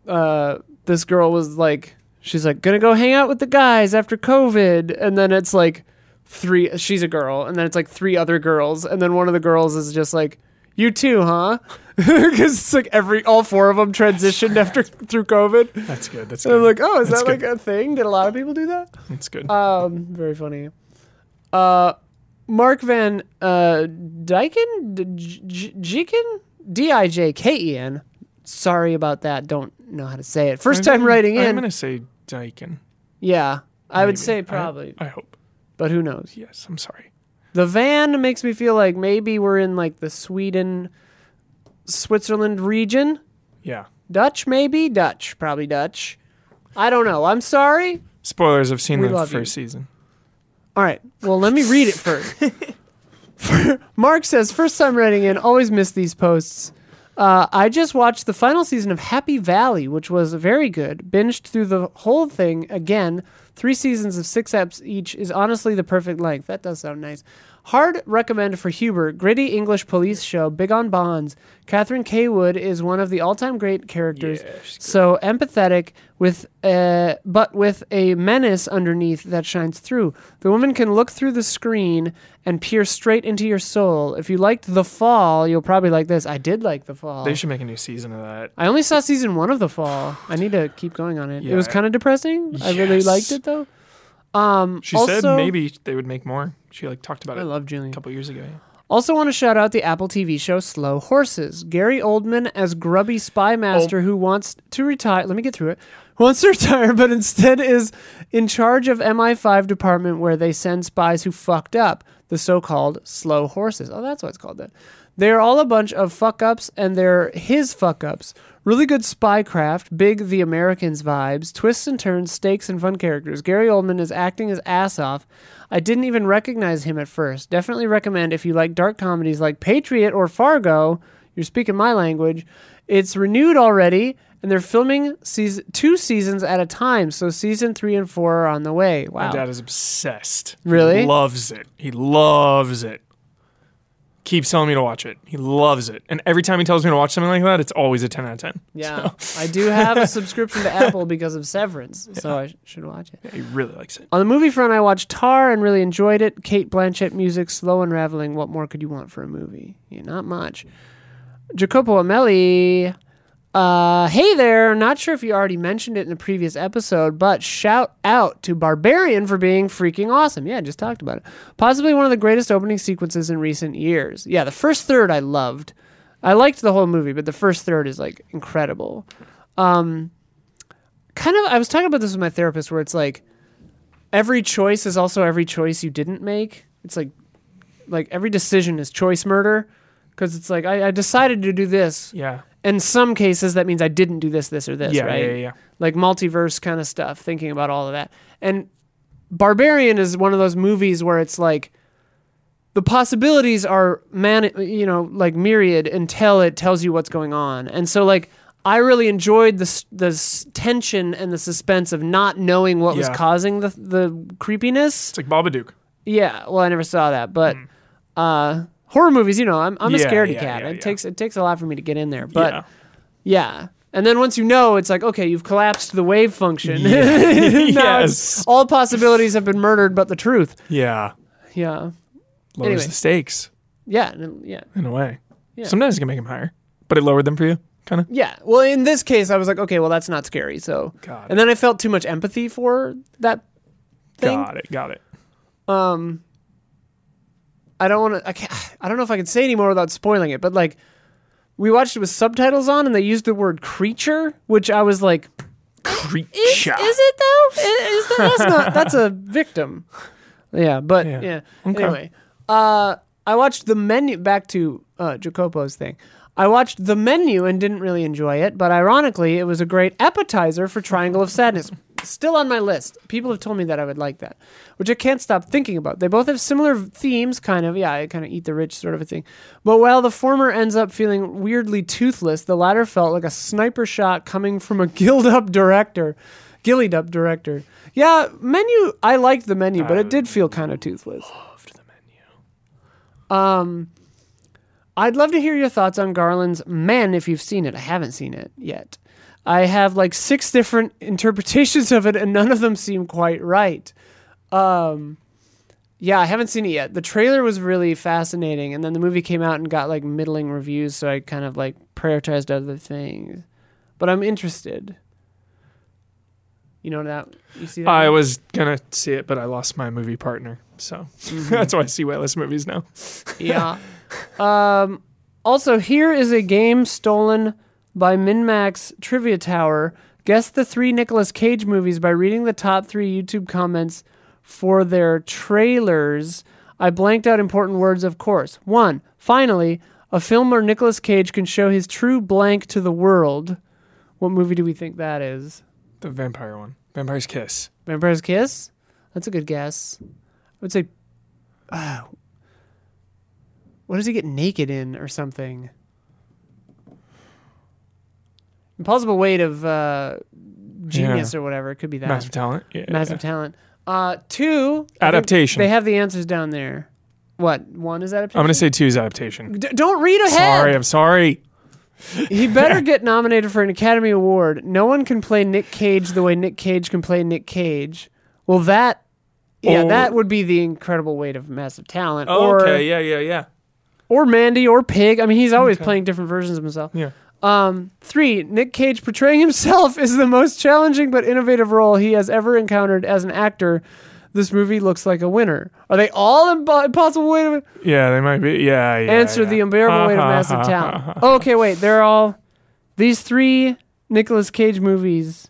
Speaker 1: uh, this girl was like, she's like, gonna go hang out with the guys after COVID. And then it's like three, she's a girl. And then it's like three other girls. And then one of the girls is just like, you too, huh? Because it's like every, all four of them transitioned after, through COVID. And
Speaker 2: That's good. That's
Speaker 1: I'm
Speaker 2: good.
Speaker 1: like, oh, is
Speaker 2: That's
Speaker 1: that like a thing? Did a lot of people do that?
Speaker 2: That's good.
Speaker 1: Um, very funny. Uh, Mark Van uh, Dyken, D- J- J- Jiken, D I J K E N. Sorry about that. Don't know how to say it. First time writing
Speaker 2: I'm
Speaker 1: in.
Speaker 2: gonna say Dyken.
Speaker 1: yeah, I
Speaker 2: maybe.
Speaker 1: would say probably,
Speaker 2: I, I hope.
Speaker 1: but who knows?
Speaker 2: Yes. I'm sorry.
Speaker 1: The van makes me feel like maybe we're in like the Sweden, Switzerland region.
Speaker 2: Yeah.
Speaker 1: Dutch, maybe Dutch, probably Dutch. I don't know. I'm sorry.
Speaker 2: Spoilers. I've seen
Speaker 1: We
Speaker 2: the
Speaker 1: love
Speaker 2: first
Speaker 1: you.
Speaker 2: season.
Speaker 1: All right. Well, let me read it first. Mark says, first time writing in, always miss these posts. Uh, I just watched the final season of Happy Valley, which was very good. Binged through the whole thing again. Three seasons of six eps each is honestly the perfect length. That does sound nice. Hard recommend for Huber. Gritty English police show, big on bonds. Catherine K. Wood is one of the all time great characters. so empathetic, with uh, but with a menace underneath that shines through. The woman can look through the screen and peer straight into your soul. If you liked The Fall, you'll probably like this. I did like The Fall.
Speaker 2: They should make a new season of that.
Speaker 1: I only saw season one of The Fall. I need to keep going on it. It was
Speaker 2: Yeah.
Speaker 1: kind of depressing. I really
Speaker 2: Yes.
Speaker 1: liked it though. Um,
Speaker 2: She
Speaker 1: also-
Speaker 2: said maybe they would make more. She like talked about
Speaker 1: I
Speaker 2: it
Speaker 1: love Julian.
Speaker 2: a couple years ago.
Speaker 1: Also, want to shout out the Apple TV show Slow Horses. Gary Oldman as grubby spy master who wants to retire. Let me get through it. Who Wants to retire, but instead is in charge of MI5 department where they send spies who fucked up. The so-called slow horses. Oh, that's why it's called that. They are all a bunch of fuck ups, and they're his fuck ups. Really good spy craft, big The Americans vibes, twists and turns, stakes, and fun characters. Gary Oldman is acting his ass off. I didn't even recognize him at first. Definitely recommend if you like dark comedies like Patriot or Fargo. You're speaking my language. It's renewed already, and they're filming season, two seasons at a time, so season three and four are on the way. Wow.
Speaker 2: My dad is obsessed.
Speaker 1: Really?
Speaker 2: He loves it. He loves it. Keeps telling me to watch it. He loves it. And every time he tells me to watch something like that, it's always a 10 out of 10.
Speaker 1: yeah, I do have a subscription to Apple because of Severance, so I sh- should watch it.
Speaker 2: He really likes it.
Speaker 1: On the movie front, I watched Tar and really enjoyed it. Kate Blanchett music, slow unraveling. What more could you want for a movie? Yeah, not much. Jacopo Amelli. Uh, hey there. Not sure if you already mentioned it in the previous episode, but shout out to Barbarian for being freaking awesome. Yeah, I just talked about it. Possibly one of the greatest opening sequences in recent years. Yeah, the first third I loved. I liked the whole movie, but the first third is like incredible. Um, kind of, I was talking about this with my therapist where it's like, every choice is also every choice you didn't make. It's like like every decision is choice murder because it's like I, I decided to do this.
Speaker 2: Yeah.
Speaker 1: In some cases, that means I didn't do this, this, or this.
Speaker 2: Yeah,
Speaker 1: right?
Speaker 2: yeah, yeah.
Speaker 1: Like multiverse kind of stuff. Thinking about all of that. And Barbarian is one of those movies where it's like the possibilities are man, you know, like myriad until it tells you what's going on. And so like. I really enjoyed the s- the s- tension and the suspense of not knowing what was
Speaker 2: Yeah.
Speaker 1: causing the the creepiness.
Speaker 2: It's like Babadook.
Speaker 1: Yeah, well, I never saw that, but uh, horror movies, you know, I'm, I'm a
Speaker 2: Mm. Yeah,
Speaker 1: scaredy
Speaker 2: yeah,
Speaker 1: cat.
Speaker 2: yeah,
Speaker 1: it
Speaker 2: yeah.
Speaker 1: takes it takes a lot for me to get in there, but
Speaker 2: Yeah.
Speaker 1: yeah. And then once you know, it's like okay, you've collapsed the wave function. Now it's-
Speaker 2: Yes.
Speaker 1: all possibilities have been murdered, but the truth.
Speaker 2: Yeah.
Speaker 1: Yeah,
Speaker 2: Lowers
Speaker 1: Anyway.
Speaker 2: the stakes
Speaker 1: yeah, and- yeah,
Speaker 2: in a way.
Speaker 1: Yeah.
Speaker 2: Sometimes it can make them higher, but it lowered them for you, kind of.
Speaker 1: yeah. Well, in this case, I was like, okay, well, that's not scary. So,
Speaker 2: Got
Speaker 1: and then I felt too much empathy for that thing.
Speaker 2: Got it. Got it.
Speaker 1: I don't want to. I can't. I don't know if I can say any more without spoiling it. But like, we watched it with subtitles on, and they used the word creature, which I was like,
Speaker 2: Creature.
Speaker 1: is it though? I- Is that, that's not. That's a victim. Yeah, but
Speaker 2: Yeah.
Speaker 1: yeah.
Speaker 2: Okay.
Speaker 1: Anyway, uh, I watched the menu back to uh, Jacopo's thing. I watched the menu and didn't really enjoy it, but ironically, it was a great appetizer for Triangle of Sadness. Still on my list. People have told me that I would like that, which I can't stop thinking about. They both have similar themes, kind of. Yeah, I kind of eat the rich sort of a thing. But while the former ends up feeling weirdly toothless, the latter felt like a sniper shot coming from a gilled up director. Gillied up director. Yeah, menu. I liked the menu, but it did feel kind of toothless. Um, I'd love to hear your thoughts on Garland's Men if you've seen it. I haven't seen it yet. I have like six different interpretations of it, and none of them seem quite right. Um, yeah, I haven't seen it yet. The trailer was really fascinating, and then the movie came out and got like middling reviews, so I kind of like prioritized other things. But I'm interested. You know that you see that?
Speaker 2: I was going to see it, but I lost my movie
Speaker 1: Mm-hmm.
Speaker 2: partner. So that's why I see way less movies now.
Speaker 1: yeah. Um, Also, here is a game stolen by Minmax Trivia Tower. Guess the three Nicolas Cage movies by reading the top three YouTube comments for their trailers. I blanked out important words, of course. One, finally, a film where Nicolas Cage can show his true blank to the world. What movie do we think that is?
Speaker 2: The vampire one. Vampire's Kiss.
Speaker 1: Vampire's Kiss? That's a good guess. I would say. Uh, what does he get naked in or something? Impossible Weight of uh, Genius
Speaker 2: Yeah.
Speaker 1: or whatever. It could be that.
Speaker 2: Massive talent. Yeah.
Speaker 1: Massive Talent. Uh, two. I think
Speaker 2: Adaptation.
Speaker 1: They have the answers down there. What? One is adaptation?
Speaker 2: I'm gonna say two's adaptation.
Speaker 1: D- don't read ahead.
Speaker 2: Sorry, I'm sorry.
Speaker 1: He better get nominated for an Academy Award. No one can play Nick Cage the way Nick Cage can play Nick Cage. Well, that, yeah,
Speaker 2: Or-
Speaker 1: that would be the incredible weight of massive talent. or,
Speaker 2: Oh. okay, yeah, yeah, yeah.
Speaker 1: or Mandy or Pig. I mean, he's always playing different versions of himself.
Speaker 2: Yeah.
Speaker 1: Um, three, Nick Cage portraying himself is the most challenging but innovative role he has ever encountered as an actor. This movie looks like a winner. Are they all impo- impossible weight of
Speaker 2: Yeah, they might be. Yeah, yeah.
Speaker 1: answer
Speaker 2: yeah.
Speaker 1: the unbearable weight of
Speaker 2: Ha, ha,
Speaker 1: massive
Speaker 2: ha, ha,
Speaker 1: talent. okay, wait, they're all these three Nicolas Cage movies.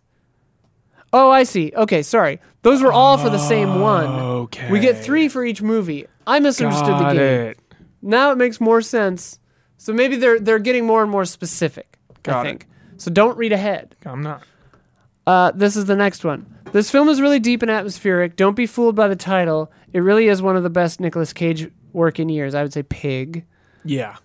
Speaker 1: Oh, I see. Okay, sorry. Those were all for the same one.
Speaker 2: Okay.
Speaker 1: We get three for each movie. I misunderstood
Speaker 2: Got
Speaker 1: the game.
Speaker 2: it.
Speaker 1: Now it makes more sense. So maybe they're they're getting more and more specific. I
Speaker 2: Got it.
Speaker 1: think. So don't read ahead.
Speaker 2: I'm not.
Speaker 1: Uh, this is the next one. This film is really deep and atmospheric. Don't be fooled by the title. It really is one of the best Nicolas Cage work in years. I would say Pig.
Speaker 2: Yeah.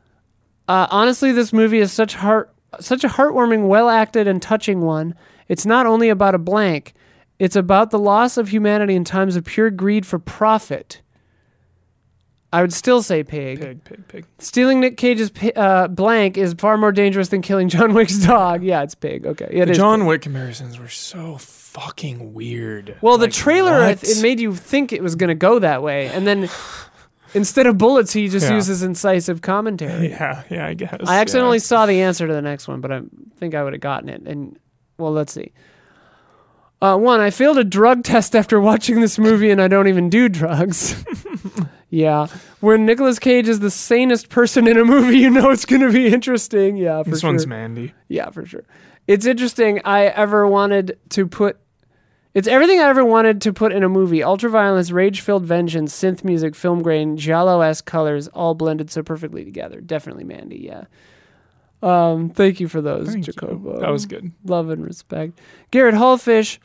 Speaker 1: Uh, honestly, this movie is such heart, such a heartwarming, well acted, and touching one. It's not only about a blank; it's about the loss of humanity in times of pure greed for profit. I would still say pig.
Speaker 2: Pig, pig, pig.
Speaker 1: Stealing Nick Cage's pi- uh, blank is far more dangerous than killing John Wick's dog. Yeah, it's pig. Okay, it
Speaker 2: The
Speaker 1: is.
Speaker 2: John Wick comparisons were so fucking weird.
Speaker 1: well, the
Speaker 2: Like,
Speaker 1: trailer
Speaker 2: what?
Speaker 1: it, it made you think it was going to go that way, and then instead of bullets, he just
Speaker 2: Yeah.
Speaker 1: uses incisive commentary.
Speaker 2: Yeah, yeah, I guess.
Speaker 1: I accidentally
Speaker 2: yeah.
Speaker 1: saw the answer to the next one, but I think I would have gotten it. And well, let's see. Uh, one, I failed a drug test after watching this movie, and I don't even do drugs. yeah, when Nicolas Cage is the sanest person in a movie, you know it's going to be interesting. Yeah, for
Speaker 2: This
Speaker 1: sure.
Speaker 2: one's Mandy.
Speaker 1: Yeah, for sure. It's interesting. I ever wanted to put. It's everything I ever wanted to put in a movie: ultraviolence, rage-filled vengeance, synth music, film grain, giallo-esque colors, all blended so perfectly together. Definitely, Mandy. Yeah. Um, thank you for those,
Speaker 2: Thank you.
Speaker 1: Jacobo.
Speaker 2: That was good.
Speaker 1: love and respect. Garrett Hallfish.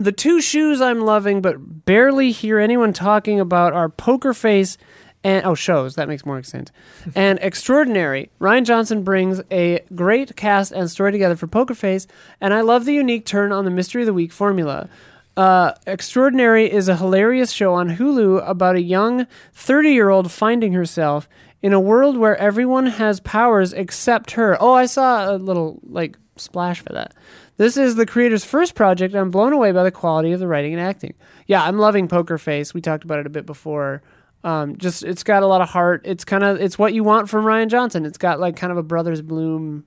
Speaker 1: The two shoes I'm loving, but barely hear anyone talking about are Poker Face and oh shows that makes more sense and extraordinary ryan johnson brings a great cast and story together for poker face and i love the unique turn on the mystery of the week formula uh, extraordinary is a hilarious show on hulu about a young 30 year old finding herself in a world where everyone has powers except her oh i saw a little like splash for that this is the creator's first project i'm blown away by the quality of the writing and acting yeah i'm loving poker face we talked about it a bit before um, just it's got a lot of heart. It's kind of it's what you want from Ryan Johnson. It's got like kind of a Brothers Bloom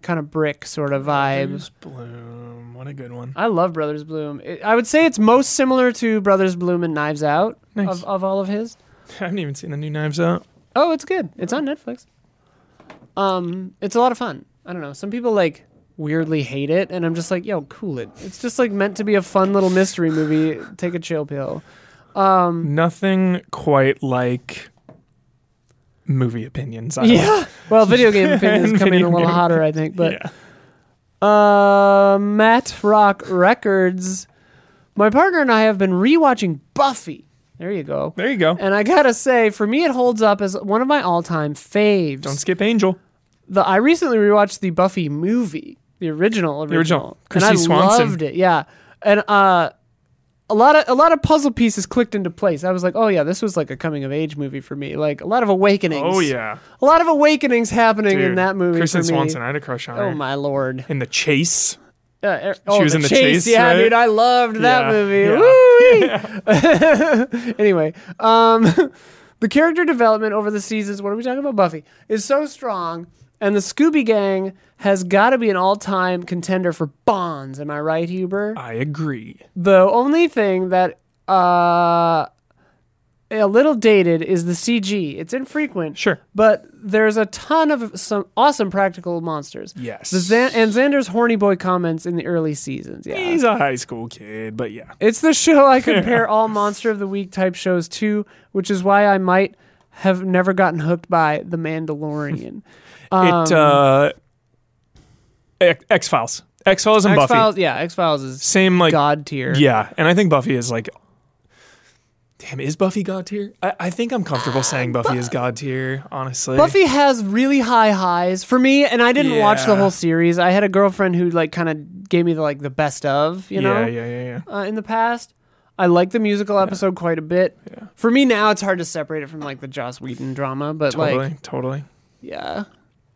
Speaker 1: kind of brick sort of vibe.
Speaker 2: James Bloom. What a good one.
Speaker 1: I love Brothers Bloom. It, I would say it's most similar to Brothers Bloom and Knives Out
Speaker 2: Nice.
Speaker 1: of, of all of his.
Speaker 2: I haven't even seen the new Knives Out.
Speaker 1: Oh, it's good. It's on Netflix. Um, it's a lot of fun. I don't know. Some people like weirdly hate it, and I'm just like, yo, cool it. It's just like meant to be a fun little mystery movie. Take a chill pill. Um,
Speaker 2: Nothing quite like movie opinions. I
Speaker 1: Yeah. Well, video game opinions
Speaker 2: And
Speaker 1: come in a
Speaker 2: video
Speaker 1: little
Speaker 2: game
Speaker 1: hotter, I think, but.
Speaker 2: yeah.
Speaker 1: Uh, Matt Rock Records. My partner and I have been rewatching Buffy. There you go.
Speaker 2: There you go.
Speaker 1: And I gotta say, for me, it holds up as one of my all-time faves.
Speaker 2: Don't skip Angel.
Speaker 1: the I recently rewatched the Buffy movie, the original, original,
Speaker 2: original.
Speaker 1: and I
Speaker 2: Christy Swanson.
Speaker 1: loved it. Yeah, and uh, a lot of a lot of puzzle pieces clicked into place. I was like, oh yeah, this was like a coming-of-age movie for me. Like a lot of awakenings.
Speaker 2: Oh yeah.
Speaker 1: a lot of awakenings happening in
Speaker 2: Dude,
Speaker 1: that movie.
Speaker 2: Kristen
Speaker 1: for me.
Speaker 2: Swanson. I had a crush on her.
Speaker 1: Oh my lord.
Speaker 2: In the chase.
Speaker 1: Uh, er, oh,
Speaker 2: was
Speaker 1: the
Speaker 2: in The
Speaker 1: chase.
Speaker 2: Chase,
Speaker 1: Yeah,
Speaker 2: right?
Speaker 1: dude, I loved that
Speaker 2: Yeah,
Speaker 1: movie.
Speaker 2: yeah.
Speaker 1: Woo-wee. anyway, um, the character development over the seasons. What are we talking about? Buffy is so strong, and the Scooby Gang has got to be an all-time contender for Bonds. Am I right,
Speaker 2: Uh.
Speaker 1: Huber?
Speaker 2: I agree.
Speaker 1: the only thing that uh a little dated is the CG. It's infrequent.
Speaker 2: Sure.
Speaker 1: But there's a ton of some awesome practical monsters.
Speaker 2: Yes.
Speaker 1: The Zan- and Xander's horny boy comments in the early seasons. Yeah.
Speaker 2: He's a high school kid, but yeah.
Speaker 1: It's the show I compare all Monster of the Week type shows to, which is why I might have never gotten hooked by The Mandalorian. Um,
Speaker 2: it uh X Files. X Files and
Speaker 1: X
Speaker 2: Buffy.
Speaker 1: Files, yeah, X Files is
Speaker 2: Same like
Speaker 1: god tier.
Speaker 2: Yeah, and I think Buffy is like Damn, is Buffy god tier? I, I think I'm comfortable saying Buffy is god tier, honestly.
Speaker 1: Buffy has really high highs for me, and I didn't watch the
Speaker 2: Yeah.
Speaker 1: whole series. I had a girlfriend who like kind of gave me the like the best of, you know,
Speaker 2: Yeah, yeah, yeah, yeah.
Speaker 1: Uh, in the past. I like the musical episode quite a bit. For me now, it's hard to separate it from like the Joss Whedon drama, but
Speaker 2: Totally,
Speaker 1: like
Speaker 2: totally.
Speaker 1: yeah,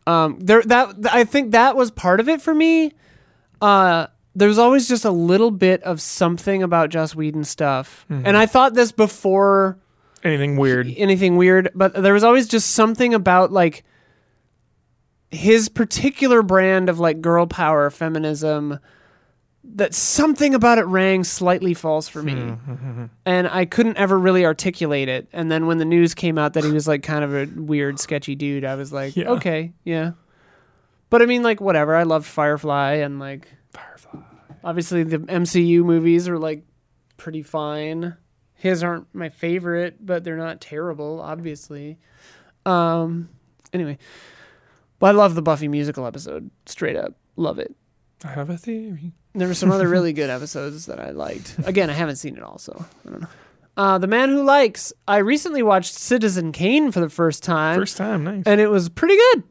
Speaker 1: um, there that th- I think that was part of it for me. Uh, there was always just a little bit of something about Joss Whedon stuff, and I thought this before
Speaker 2: Anything weird.
Speaker 1: anything weird, but there was always just something about like his particular brand of like girl power, feminism that something about it rang slightly false for me.
Speaker 2: Hmm.
Speaker 1: and I couldn't ever really articulate it. And then when the news came out that he was like kind of a weird sketchy dude, I was like,
Speaker 2: Yeah.
Speaker 1: okay, yeah. But I mean like whatever. I loved Firefly and like
Speaker 2: Firefly.
Speaker 1: obviously the MCU movies are like pretty fine. His aren't my favorite, but they're not terrible, obviously. Um anyway. But I love the Buffy musical episode. Straight up. Love it.
Speaker 2: I have a theory.
Speaker 1: There were some other really good episodes that I liked. Again, I haven't seen it all, so I don't know. Uh, the Man Who Likes. I recently watched Citizen Kane for the first time,
Speaker 2: First time, nice.
Speaker 1: and it was pretty good.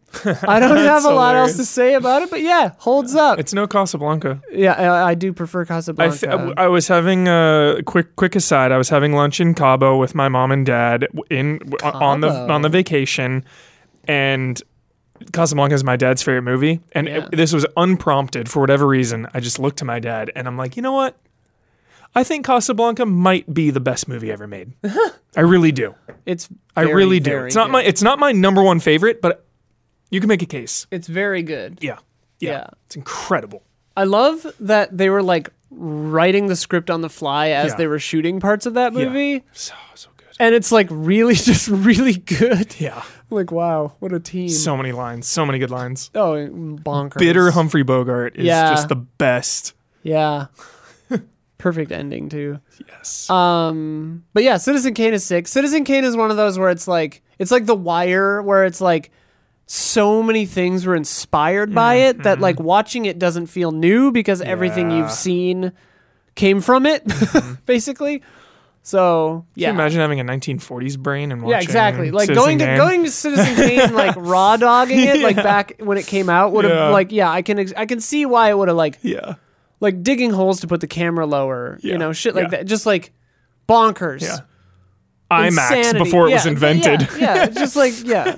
Speaker 1: I don't have
Speaker 2: That's
Speaker 1: a lot else
Speaker 2: hilarious.
Speaker 1: to say about it, but yeah, holds up.
Speaker 2: It's no Casablanca.
Speaker 1: yeah, I, I do prefer
Speaker 2: I,
Speaker 1: Casablanca.
Speaker 2: th- I, w- I was having a quick quick aside. I was having lunch in Cabo with my mom and dad w- in w- on the
Speaker 1: Cabo.
Speaker 2: on the vacation, and Casablanca is my dad's favorite movie. And it-
Speaker 1: Yeah.
Speaker 2: this was unprompted for whatever reason. I just looked to my dad and I'm like, you know what? I think Casablanca might be the best movie ever made. I really do.
Speaker 1: It's
Speaker 2: I
Speaker 1: very,
Speaker 2: really do.
Speaker 1: very
Speaker 2: It's not
Speaker 1: good.
Speaker 2: my it's not my number one favorite, but you can make a case.
Speaker 1: It's very good.
Speaker 2: Yeah,
Speaker 1: Yeah.
Speaker 2: yeah, it's incredible.
Speaker 1: I love that they were like writing the script on the fly as
Speaker 2: Yeah.
Speaker 1: they were shooting parts of that
Speaker 2: Yeah.
Speaker 1: movie,
Speaker 2: So so good.
Speaker 1: and it's like really just really good.
Speaker 2: Yeah,
Speaker 1: like wow, what a team.
Speaker 2: so many lines, so many good lines.
Speaker 1: oh, bonkers.
Speaker 2: bitter Humphrey Bogart is
Speaker 1: Yeah.
Speaker 2: just the best.
Speaker 1: Yeah. Perfect ending too.
Speaker 2: Yes.
Speaker 1: Um but yeah, Citizen Kane is sick. Citizen Kane is one of those where it's like it's like The Wire where it's like so many things were inspired by it that like watching it doesn't feel new because everything
Speaker 2: Mm-hmm, Yeah. Mm-hmm.
Speaker 1: you've seen came from it basically. So, yeah.
Speaker 2: Can you imagine having a 1940s brain and watching
Speaker 1: yeah, exactly. Like
Speaker 2: Citizen
Speaker 1: going to
Speaker 2: Kane?
Speaker 1: going to Citizen Kane like raw dogging it like
Speaker 2: Yeah.
Speaker 1: back when it came out would have
Speaker 2: Yeah.
Speaker 1: like yeah, I can ex- I can see why it would have like
Speaker 2: Yeah.
Speaker 1: like digging holes to put the camera lower,
Speaker 2: Yeah.
Speaker 1: you know, shit like
Speaker 2: Yeah.
Speaker 1: that. Just like bonkers.
Speaker 2: Yeah. IMAX
Speaker 1: Insanity.
Speaker 2: before it was
Speaker 1: Yeah,
Speaker 2: invented.
Speaker 1: Yeah, yeah. just like yeah.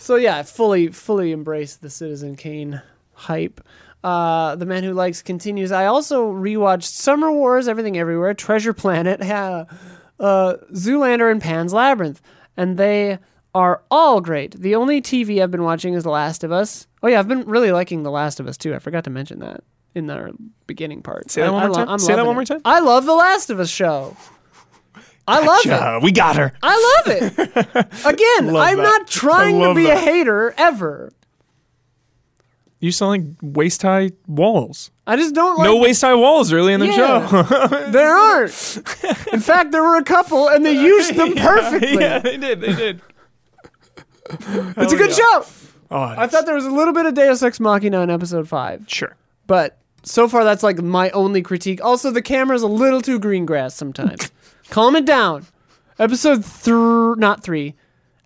Speaker 1: So yeah, I fully fully embrace the Citizen Kane hype. Uh, the man who likes continues. I also rewatched Summer Wars, Everything Everywhere, Treasure Planet, yeah, uh, Zoolander, and Pan's Labyrinth, and they are all great. The only TV I've been watching is The Last of Us. Oh yeah, I've been really liking The Last of Us too. I forgot to mention that in our beginning part.
Speaker 2: Say that
Speaker 1: I-
Speaker 2: one
Speaker 1: I
Speaker 2: more
Speaker 1: lo-
Speaker 2: time.
Speaker 1: I'm
Speaker 2: Say that
Speaker 1: loving
Speaker 2: one
Speaker 1: it.
Speaker 2: more time.
Speaker 1: I love The Last of Us show. I love it.
Speaker 2: Yeah, we got her.
Speaker 1: I love it. Again,
Speaker 2: Love
Speaker 1: I'm
Speaker 2: that.
Speaker 1: not trying
Speaker 2: I
Speaker 1: to
Speaker 2: love
Speaker 1: be a
Speaker 2: that.
Speaker 1: hater ever.
Speaker 2: You sound like waist high walls.
Speaker 1: I just don't like.
Speaker 2: No waist high walls really in the
Speaker 1: Yeah.
Speaker 2: show.
Speaker 1: There aren't. In fact, there were a couple, and they used them perfectly.
Speaker 2: yeah, they did. They did.
Speaker 1: it's a good
Speaker 2: yeah.
Speaker 1: show.
Speaker 2: Oh,
Speaker 1: I thought there was a little bit of Deus Ex Machina in episode five,
Speaker 2: sure.
Speaker 1: but so far that's like my only critique. Also, the camera's a little too green grass sometimes. Calm it down. Episode three, not three.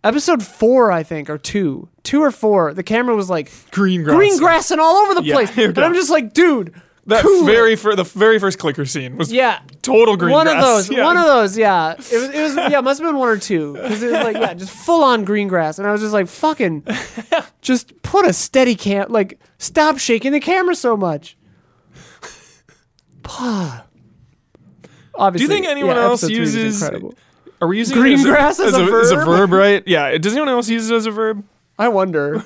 Speaker 1: Episode four, I think, or two, two or four. The camera was like
Speaker 2: Green grass.
Speaker 1: green grass and all over the
Speaker 2: Yeah,
Speaker 1: place,
Speaker 2: yeah.
Speaker 1: and I'm just like, dude.
Speaker 2: That
Speaker 1: cool it.
Speaker 2: very fir- the very first clicker scene was
Speaker 1: Yeah.
Speaker 2: total green
Speaker 1: one
Speaker 2: grass.
Speaker 1: of those.
Speaker 2: Yeah.
Speaker 1: One of those. Yeah. It was. It was. Yeah. Must have been one or two. Because it was like yeah, just full on green grass, and I was just like fucking, just put a steady cam. Like stop shaking the camera so much. Pah.
Speaker 2: Do
Speaker 1: Obviously,
Speaker 2: you think anyone
Speaker 1: yeah,
Speaker 2: else
Speaker 1: episode three was
Speaker 2: uses-
Speaker 1: incredible.
Speaker 2: Are we using it
Speaker 1: Green
Speaker 2: as a-
Speaker 1: grass as a
Speaker 2: As a
Speaker 1: verb?
Speaker 2: verb, right? Yeah. Does anyone else use it as a verb?
Speaker 1: I wonder.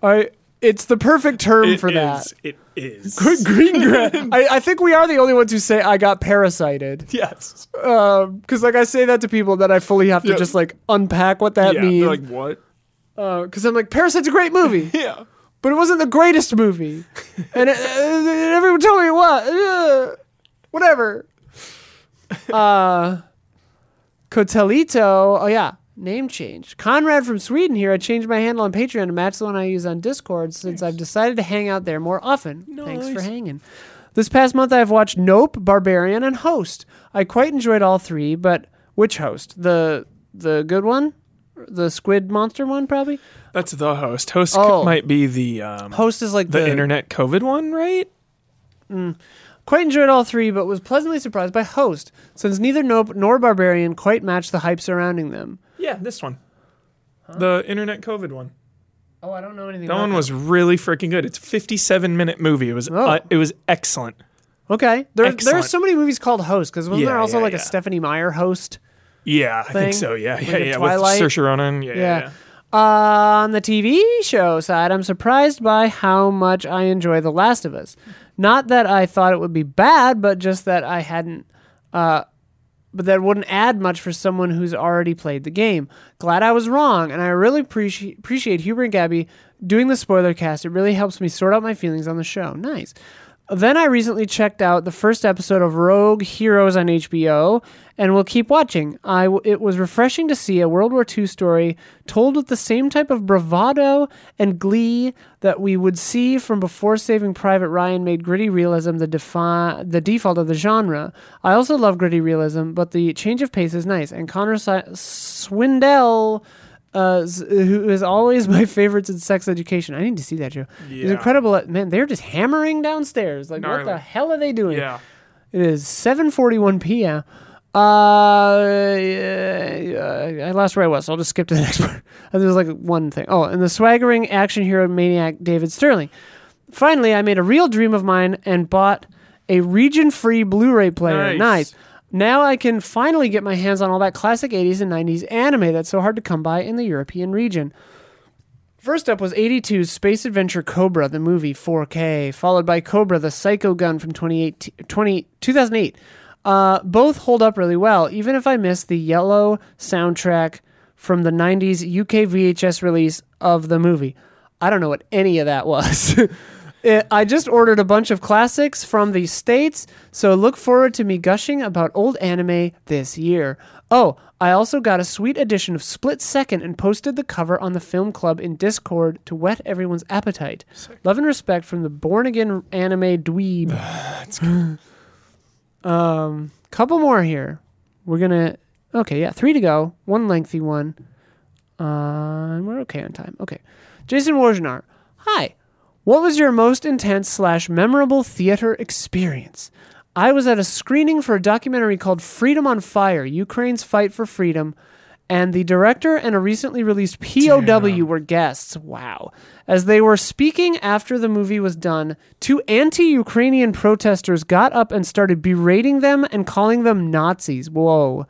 Speaker 1: I It's the perfect term
Speaker 2: It
Speaker 1: for that.
Speaker 2: is- It is.
Speaker 1: Good green gra- I, I think we are the only ones who say I got parasited.
Speaker 2: Yes.
Speaker 1: Because um, like I say that to people, then I fully have to
Speaker 2: Yeah.
Speaker 1: just like unpack what that
Speaker 2: yeah. they're
Speaker 1: means.
Speaker 2: Like what?
Speaker 1: Because I'm like, Parasite's a great movie,
Speaker 2: Yeah.
Speaker 1: but it wasn't the greatest movie, and it, uh, everyone told me what, uh, whatever. Uh, Cotelito. Oh yeah. Name change. Conrad from Sweden here. I changed my handle on Patreon to match the one I use on Discord since I've decided to hang out there more often. Thanks for
Speaker 2: Nice.
Speaker 1: hanging. This past month, I have watched Nope, Barbarian, and Host. I quite enjoyed all three, but which Host? The the good one, the squid monster one, probably.
Speaker 2: That's the host. Host
Speaker 1: Oh.
Speaker 2: might be the um,
Speaker 1: Host is like
Speaker 2: the
Speaker 1: the,
Speaker 2: internet COVID one, right?
Speaker 1: Quite enjoyed all three, but was pleasantly surprised by Host, since neither Nope nor Barbarian quite matched the hype surrounding them.
Speaker 2: Yeah, this one. The internet COVID one.
Speaker 1: Oh, I don't know anything.
Speaker 2: That one was really freaking good. It's a 57 minute movie. It was
Speaker 1: Oh.
Speaker 2: uh, it was excellent.
Speaker 1: okay. There, there are
Speaker 2: Excellent.
Speaker 1: so many movies called Host because wasn't
Speaker 2: Yeah,
Speaker 1: there also
Speaker 2: yeah,
Speaker 1: like
Speaker 2: yeah.
Speaker 1: a Stephanie Meyer Host?
Speaker 2: Yeah, I
Speaker 1: Thing.
Speaker 2: think so. Yeah, yeah,
Speaker 1: a
Speaker 2: yeah.
Speaker 1: Twilight.
Speaker 2: With Saoirse Ronan. Yeah, yeah.
Speaker 1: Yeah. Uh,
Speaker 2: yeah.
Speaker 1: On the TV show side, I'm surprised by how much I enjoy The Last of Us. Not that I thought it would be bad, but just that I hadn't, uh, but that wouldn't add much for someone who's already played the game. Glad I was wrong, and I really appreciate appreciate Huber and Gabby doing the spoiler cast. It really helps me sort out my feelings on the show. Nice. Then I recently checked out the first episode of Rogue Heroes on HBO and will keep watching. I w- it was refreshing to see a World War II story told with the same type of bravado and glee that we would see from before Saving Private Ryan made gritty realism the, defi- the default of the genre. I also love gritty realism, but the change of pace is nice, and Connor si- Swindell. Uh, s- who is always my favorites in sex education? I need to see that show. It's
Speaker 2: Yeah.
Speaker 1: incredible. at- Man, they're just hammering downstairs. Like, what
Speaker 2: Gnarly.
Speaker 1: the hell are they doing?
Speaker 2: Yeah.
Speaker 1: It is 7:41 p.m. Uh, yeah, I lost where I was, so I'll just skip to the next part. Uh, There's like one thing. Oh, and the swaggering action hero maniac David Sterling. Finally, I made a real dream of mine and bought a region-free Blu-ray player.
Speaker 2: Nice.
Speaker 1: nice. Now I can finally get my hands on all that classic 80s and 90s anime that's so hard to come by in the European region. First up was 82's Space Adventure Cobra, the movie 4K, followed by Cobra, the Psycho Gun from 2018 20 2008. Uh, both hold up really well, even if I miss the yellow soundtrack from the 90s UK VHS release of the movie. I don't know what any of that was. It, Eh, I just ordered a bunch of classics from the States, so look forward to me gushing about old anime this year. Oh, I also got a sweet edition of Split Second and posted the cover on the film club in Discord to whet everyone's appetite. Love and respect from the born again anime dweeb. um, couple more here. We're gonna. Okay, yeah, three to go. One lengthy one. Uh, and we're okay on time. Okay. Jason Wojnar. Hi. What was your most intense slash memorable theater experience? I was at a screening for a documentary called Freedom on Fire Ukraine's Fight for Freedom, and the director and a recently released POW were guests. Wow. As they were speaking after the movie was done, two anti Ukrainian protesters got up and started berating them and calling them Nazis. Whoa.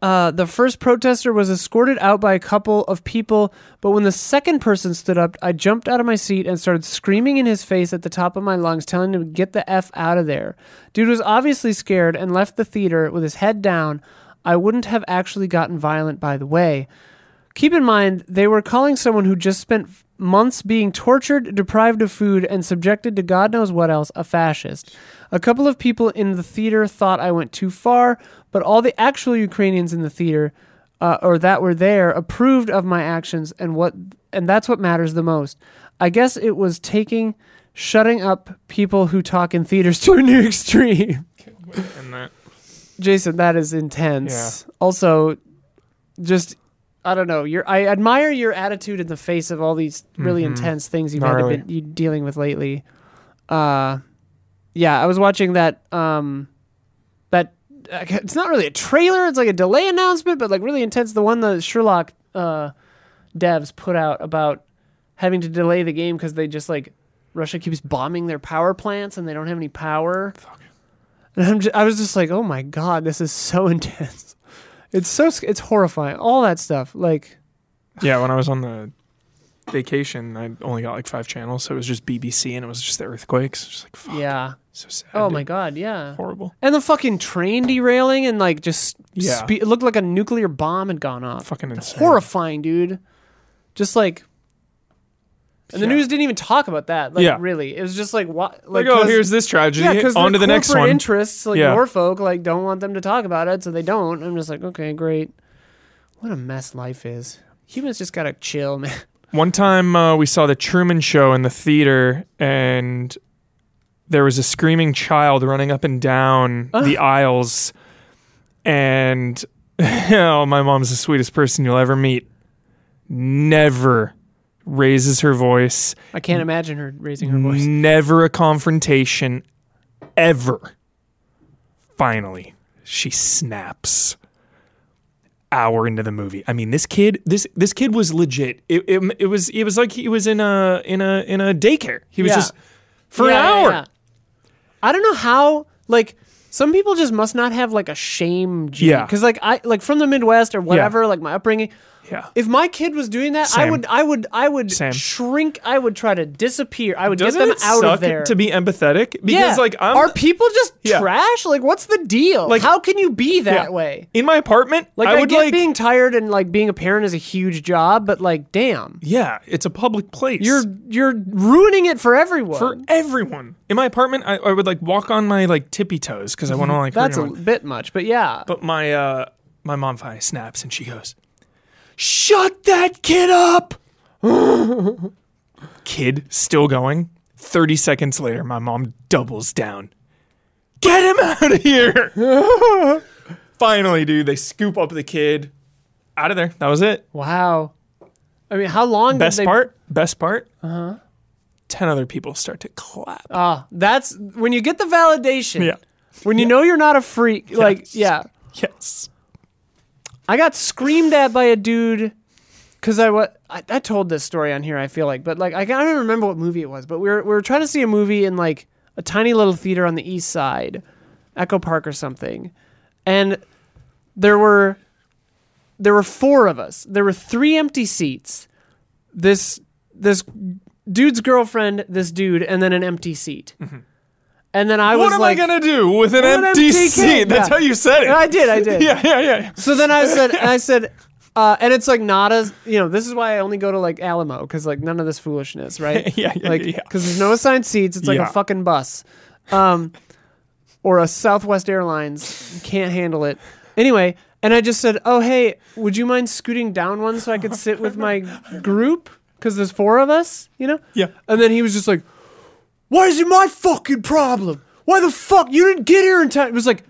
Speaker 1: Uh, the first protester was escorted out by a couple of people, but when the second person stood up, I jumped out of my seat and started screaming in his face at the top of my lungs, telling him to get the F out of there. Dude was obviously scared and left the theater with his head down. I wouldn't have actually gotten violent, by the way. Keep in mind, they were calling someone who just spent f- months being tortured, deprived of food, and subjected to God knows what else a fascist. A couple of people in the theater thought I went too far, but all the actual Ukrainians in the theater uh, or that were there approved of my actions, and what and that's what matters the most. I guess it was taking shutting up people who talk in theaters to a new extreme.
Speaker 2: And that.
Speaker 1: Jason, that is intense. Also, just I don't know. Your I admire your attitude in the face of all these really intense things you've had to
Speaker 2: Gnarly.
Speaker 1: been you dealing with lately. Uh, yeah, I was watching that. Um, that it's not really a trailer. It's like a delay announcement, but like really intense. The one the Sherlock uh, devs put out about having to delay the game because they just like Russia keeps bombing their power plants and they don't have any power. And I'm just, I was just like, oh my god, this is so intense. It's so sc- it's horrifying. All that stuff, like
Speaker 2: Yeah, when I was on the vacation, I only got like five channels, so it was just BBC and it was just the earthquakes. Just like fuck,
Speaker 1: Yeah.
Speaker 2: so sad.
Speaker 1: Oh
Speaker 2: dude.
Speaker 1: my god. Yeah.
Speaker 2: horrible.
Speaker 1: And the fucking train derailing and like just
Speaker 2: Yeah.
Speaker 1: spe- it looked like a nuclear bomb had gone off.
Speaker 2: Fucking insane.
Speaker 1: Horrifying, dude. Just like. And the
Speaker 2: Yeah.
Speaker 1: news didn't even talk about that. Like,
Speaker 2: Yeah.
Speaker 1: really, it was just like what? Like,
Speaker 2: Like, oh,
Speaker 1: 'cause-
Speaker 2: here's this tragedy.
Speaker 1: yeah, because
Speaker 2: on to the next one.
Speaker 1: Interests like
Speaker 2: Yeah.
Speaker 1: Norfolk like don't want them to talk about it, so they don't. I'm just like, okay, great. What a mess life is. Humans just gotta chill, man.
Speaker 2: One time uh, we saw the Truman Show in the theater, and there was a screaming child running up and down the aisles. And oh, my mom's the sweetest person you'll ever meet. Never raises her voice.
Speaker 1: I can't imagine her raising her voice.
Speaker 2: Never a confrontation. Ever. Finally, she snaps. Hour into the movie, I mean, this kid, this this kid was legit. It it, it was it was like he was in a in a in a daycare. He was
Speaker 1: Yeah.
Speaker 2: just for
Speaker 1: Yeah,
Speaker 2: an
Speaker 1: yeah,
Speaker 2: hour.
Speaker 1: yeah. I don't know how like some people just must not have like a shame gene.
Speaker 2: Yeah.
Speaker 1: Cause like I like from the Midwest or whatever, like my upbringing.
Speaker 2: Yeah.
Speaker 1: If my kid was doing that, I
Speaker 2: Same.
Speaker 1: would, I would, I would
Speaker 2: Same.
Speaker 1: shrink. I would try to disappear. I would
Speaker 2: Doesn't
Speaker 1: get them
Speaker 2: it
Speaker 1: out
Speaker 2: suck
Speaker 1: of there.
Speaker 2: to be empathetic?
Speaker 1: yeah.
Speaker 2: Because like I'm
Speaker 1: are people just
Speaker 2: Yeah.
Speaker 1: trash? Like, what's the deal? Like,
Speaker 2: Like-
Speaker 1: how can you be that
Speaker 2: Yeah.
Speaker 1: way?
Speaker 2: in my apartment.
Speaker 1: Like,
Speaker 2: I
Speaker 1: I,
Speaker 2: would
Speaker 1: get
Speaker 2: like
Speaker 1: being tired and like being a parent is a huge job, but like, damn,
Speaker 2: yeah, it's a public place.
Speaker 1: you're you're ruining it for everyone.
Speaker 2: for everyone in my apartment. I, I would like walk on my like tippy toes because I want to like. hurt
Speaker 1: That's a
Speaker 2: no one.
Speaker 1: bit much, but yeah.
Speaker 2: But my uh my mom finally snaps and she goes, "Shut that kid up!" kid still going. Thirty seconds later, my mom doubles down. Get him out of here! finally, dude, they scoop up the kid out of there. That was it.
Speaker 1: Wow. I mean, how long
Speaker 2: Best
Speaker 1: did they, Uh-huh.
Speaker 2: part. Best part. Uh huh. Ten other people start to clap.
Speaker 1: Ah, that's when you get the validation.
Speaker 2: Yeah.
Speaker 1: When you know you're not a freak, like yeah.
Speaker 2: Yes.
Speaker 1: I got screamed at by a dude because I was I, I told this story on here. I feel like, but like I, can't- I don't remember what movie it was, but we were we were trying to see a movie in like a tiny little theater on the east side, Echo Park or something, and there were there were four of us. There were three empty seats. This this dude's girlfriend, this dude, and then an empty seat. And then I
Speaker 2: Mm-hmm. What
Speaker 1: was
Speaker 2: am
Speaker 1: like,
Speaker 2: I gonna do with an
Speaker 1: With an
Speaker 2: empty
Speaker 1: empty
Speaker 2: seat?
Speaker 1: kid,
Speaker 2: That's
Speaker 1: yeah.
Speaker 2: how you said it.
Speaker 1: I did, I did.
Speaker 2: yeah, yeah, yeah.
Speaker 1: So then I said, and I said, uh, and it's like not as you know. This is why I only go to like Alamo because like none of this foolishness, right?
Speaker 2: Yeah, yeah,
Speaker 1: like
Speaker 2: yeah, yeah.
Speaker 1: because there's no assigned seats. It's like
Speaker 2: Yeah.
Speaker 1: a fucking bus, um, or a Southwest Airlines can't handle it. Anyway, and I just said, oh hey, would you mind scooting down one so I could sit with my group? Because there's four of us, you know.
Speaker 2: Yeah.
Speaker 1: And then he was just like, why is it my fucking problem? Why the fuck? You didn't get here in time. It was like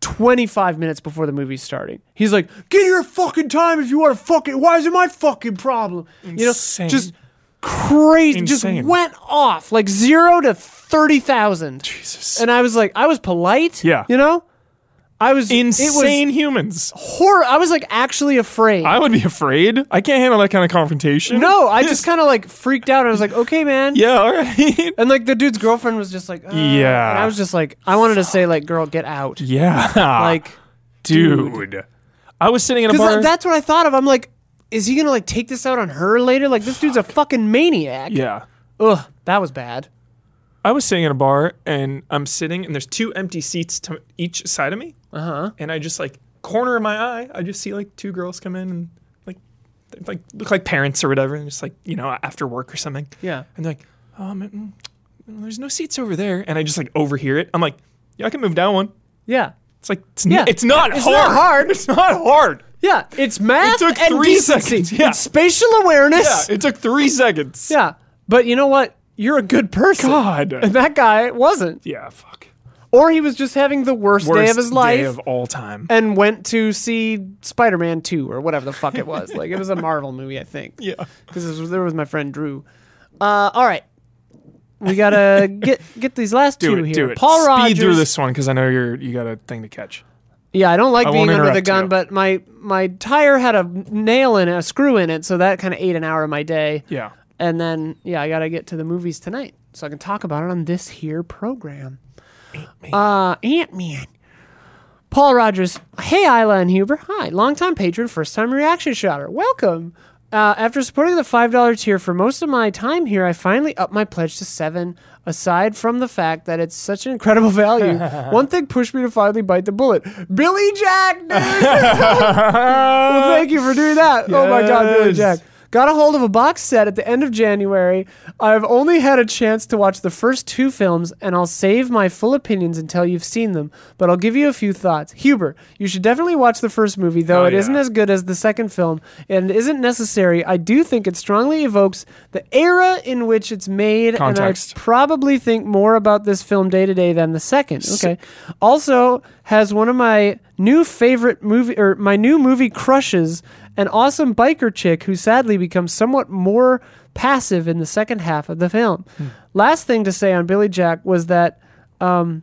Speaker 1: 25 minutes before the movie's starting. He's like, get here at fucking time if you want to fucking. Why is it my fucking problem?
Speaker 2: Insane.
Speaker 1: You know, just crazy.
Speaker 2: Insane.
Speaker 1: Just went off like zero to 30,000.
Speaker 2: Jesus.
Speaker 1: And I was like, I was polite.
Speaker 2: Yeah.
Speaker 1: You know? I was
Speaker 2: insane
Speaker 1: It was
Speaker 2: humans.
Speaker 1: horror. I was like actually afraid.
Speaker 2: I would be afraid. I can't handle that kind of confrontation.
Speaker 1: no, I just kind of like freaked out. I was like, okay, man.
Speaker 2: Yeah, all right.
Speaker 1: And like the dude's girlfriend was just like, "Uh,"
Speaker 2: Yeah.
Speaker 1: And I was just like, I wanted to say like, girl, get out.
Speaker 2: yeah.
Speaker 1: Like,
Speaker 2: dude. I was sitting in a
Speaker 1: because
Speaker 2: bar.
Speaker 1: that's what I thought of. I'm like, is he gonna like take this out on her later? Like, this dude's a fucking maniac.
Speaker 2: yeah.
Speaker 1: Ugh, that was bad.
Speaker 2: I was sitting in a bar and I'm sitting and there's two empty seats to each side of me. Uh-huh. And I just like corner of my eye, I just see like two girls come in and like they, like look like parents or whatever and just like, you know, after work or something.
Speaker 1: Yeah.
Speaker 2: And they're like, "Oh, man, mm, there's no seats over there." And I just like overhear it. I'm like, "Yeah, I can move down one."
Speaker 1: Yeah.
Speaker 2: It's like it's,
Speaker 1: Yeah.
Speaker 2: n- it's not
Speaker 1: It's
Speaker 2: hard.
Speaker 1: not hard.
Speaker 2: It's not hard.
Speaker 1: Yeah. It's math
Speaker 2: It took
Speaker 1: and
Speaker 2: three
Speaker 1: decency.
Speaker 2: seconds, yeah.
Speaker 1: It's spatial awareness.
Speaker 2: Yeah, it took three seconds.
Speaker 1: Yeah. But you know what? You're a good person. And
Speaker 2: God.
Speaker 1: that guy wasn't.
Speaker 2: Yeah, fuck.
Speaker 1: Or he was just having the worst, day of his life
Speaker 2: Day of all time.
Speaker 1: and went to see Spider Man 2 or whatever the fuck it was. like, it was a Marvel movie, I think.
Speaker 2: Yeah.
Speaker 1: because there was my friend Drew. Uh, all right, we gotta get get these last
Speaker 2: Do
Speaker 1: two
Speaker 2: it.
Speaker 1: here.
Speaker 2: Do it.
Speaker 1: Paul
Speaker 2: Speed
Speaker 1: Rogers.
Speaker 2: through this one because I know you're you got a thing to catch.
Speaker 1: Yeah, I don't like
Speaker 2: I
Speaker 1: being
Speaker 2: won't
Speaker 1: under the
Speaker 2: interrupt
Speaker 1: gun,
Speaker 2: you.
Speaker 1: but my my tire had a nail in it, a screw in it, so that kind of ate an hour of my day.
Speaker 2: Yeah.
Speaker 1: And then yeah, I gotta get to the movies tonight, so I can talk about it on this here program. Uh, Ant Man. Paul Rogers. Hey, Isla and Huber. Hi. Longtime patron, first time reaction shotter. Welcome. Uh, after supporting the $5 tier for most of my time here, I finally upped my pledge to 7 aside from the fact that it's such an incredible value. one thing pushed me to finally bite the bullet. Billy Jack, dude! well, thank you for doing that. Oh my God, Billy
Speaker 2: Yes.
Speaker 1: Jack. Got a hold of a box set at the end of January. I've only had a chance to watch the first two films, and I'll save my full opinions until you've seen them, but I'll give you a few thoughts. Huber, you should definitely watch the first movie, though
Speaker 2: Oh,
Speaker 1: it not
Speaker 2: yeah.
Speaker 1: as good as the second film and isn't necessary. I do think it strongly evokes the era in which it's made,
Speaker 2: Context.
Speaker 1: and I probably think more about this film day to day than the second. Okay. Also has one of my new favorite movie or my new movie crushes, an awesome biker chick who sadly becomes somewhat more passive in the second half of the film. Last thing to say on Billy Jack was that that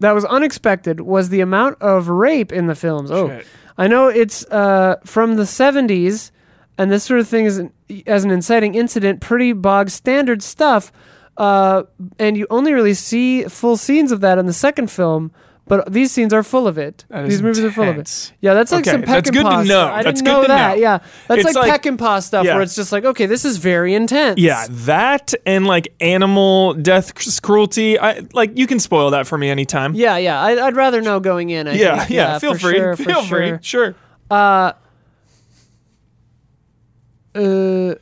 Speaker 1: was unexpected was the amount of rape in the films. Oh,
Speaker 2: Shit.
Speaker 1: I know it's uh, from the 70s, and this sort of thing is an, as an inciting incident, pretty bog standard stuff. Uh, and you only really see full scenes of that in the second film, but these scenes are full of it.
Speaker 2: That is
Speaker 1: these movies are full of
Speaker 2: intense.
Speaker 1: it. Yeah, that's like
Speaker 2: Okay,
Speaker 1: some peck
Speaker 2: that's
Speaker 1: and
Speaker 2: good to
Speaker 1: paw
Speaker 2: know.
Speaker 1: stuff. I
Speaker 2: That's
Speaker 1: didn't
Speaker 2: good
Speaker 1: know
Speaker 2: to
Speaker 1: that.
Speaker 2: know.
Speaker 1: Yeah, that's
Speaker 2: It's
Speaker 1: like,
Speaker 2: like-
Speaker 1: peck and paw stuff
Speaker 2: Yeah.
Speaker 1: where it's just like, okay, this is very intense.
Speaker 2: Yeah, that and like animal death c- cruelty. I like you can spoil that for me anytime.
Speaker 1: Yeah, yeah. I, I'd rather know going in. I
Speaker 2: yeah,
Speaker 1: think.
Speaker 2: yeah, feel
Speaker 1: for
Speaker 2: free,
Speaker 1: sure, for
Speaker 2: feel free,
Speaker 1: sure.
Speaker 2: sure.
Speaker 1: uh,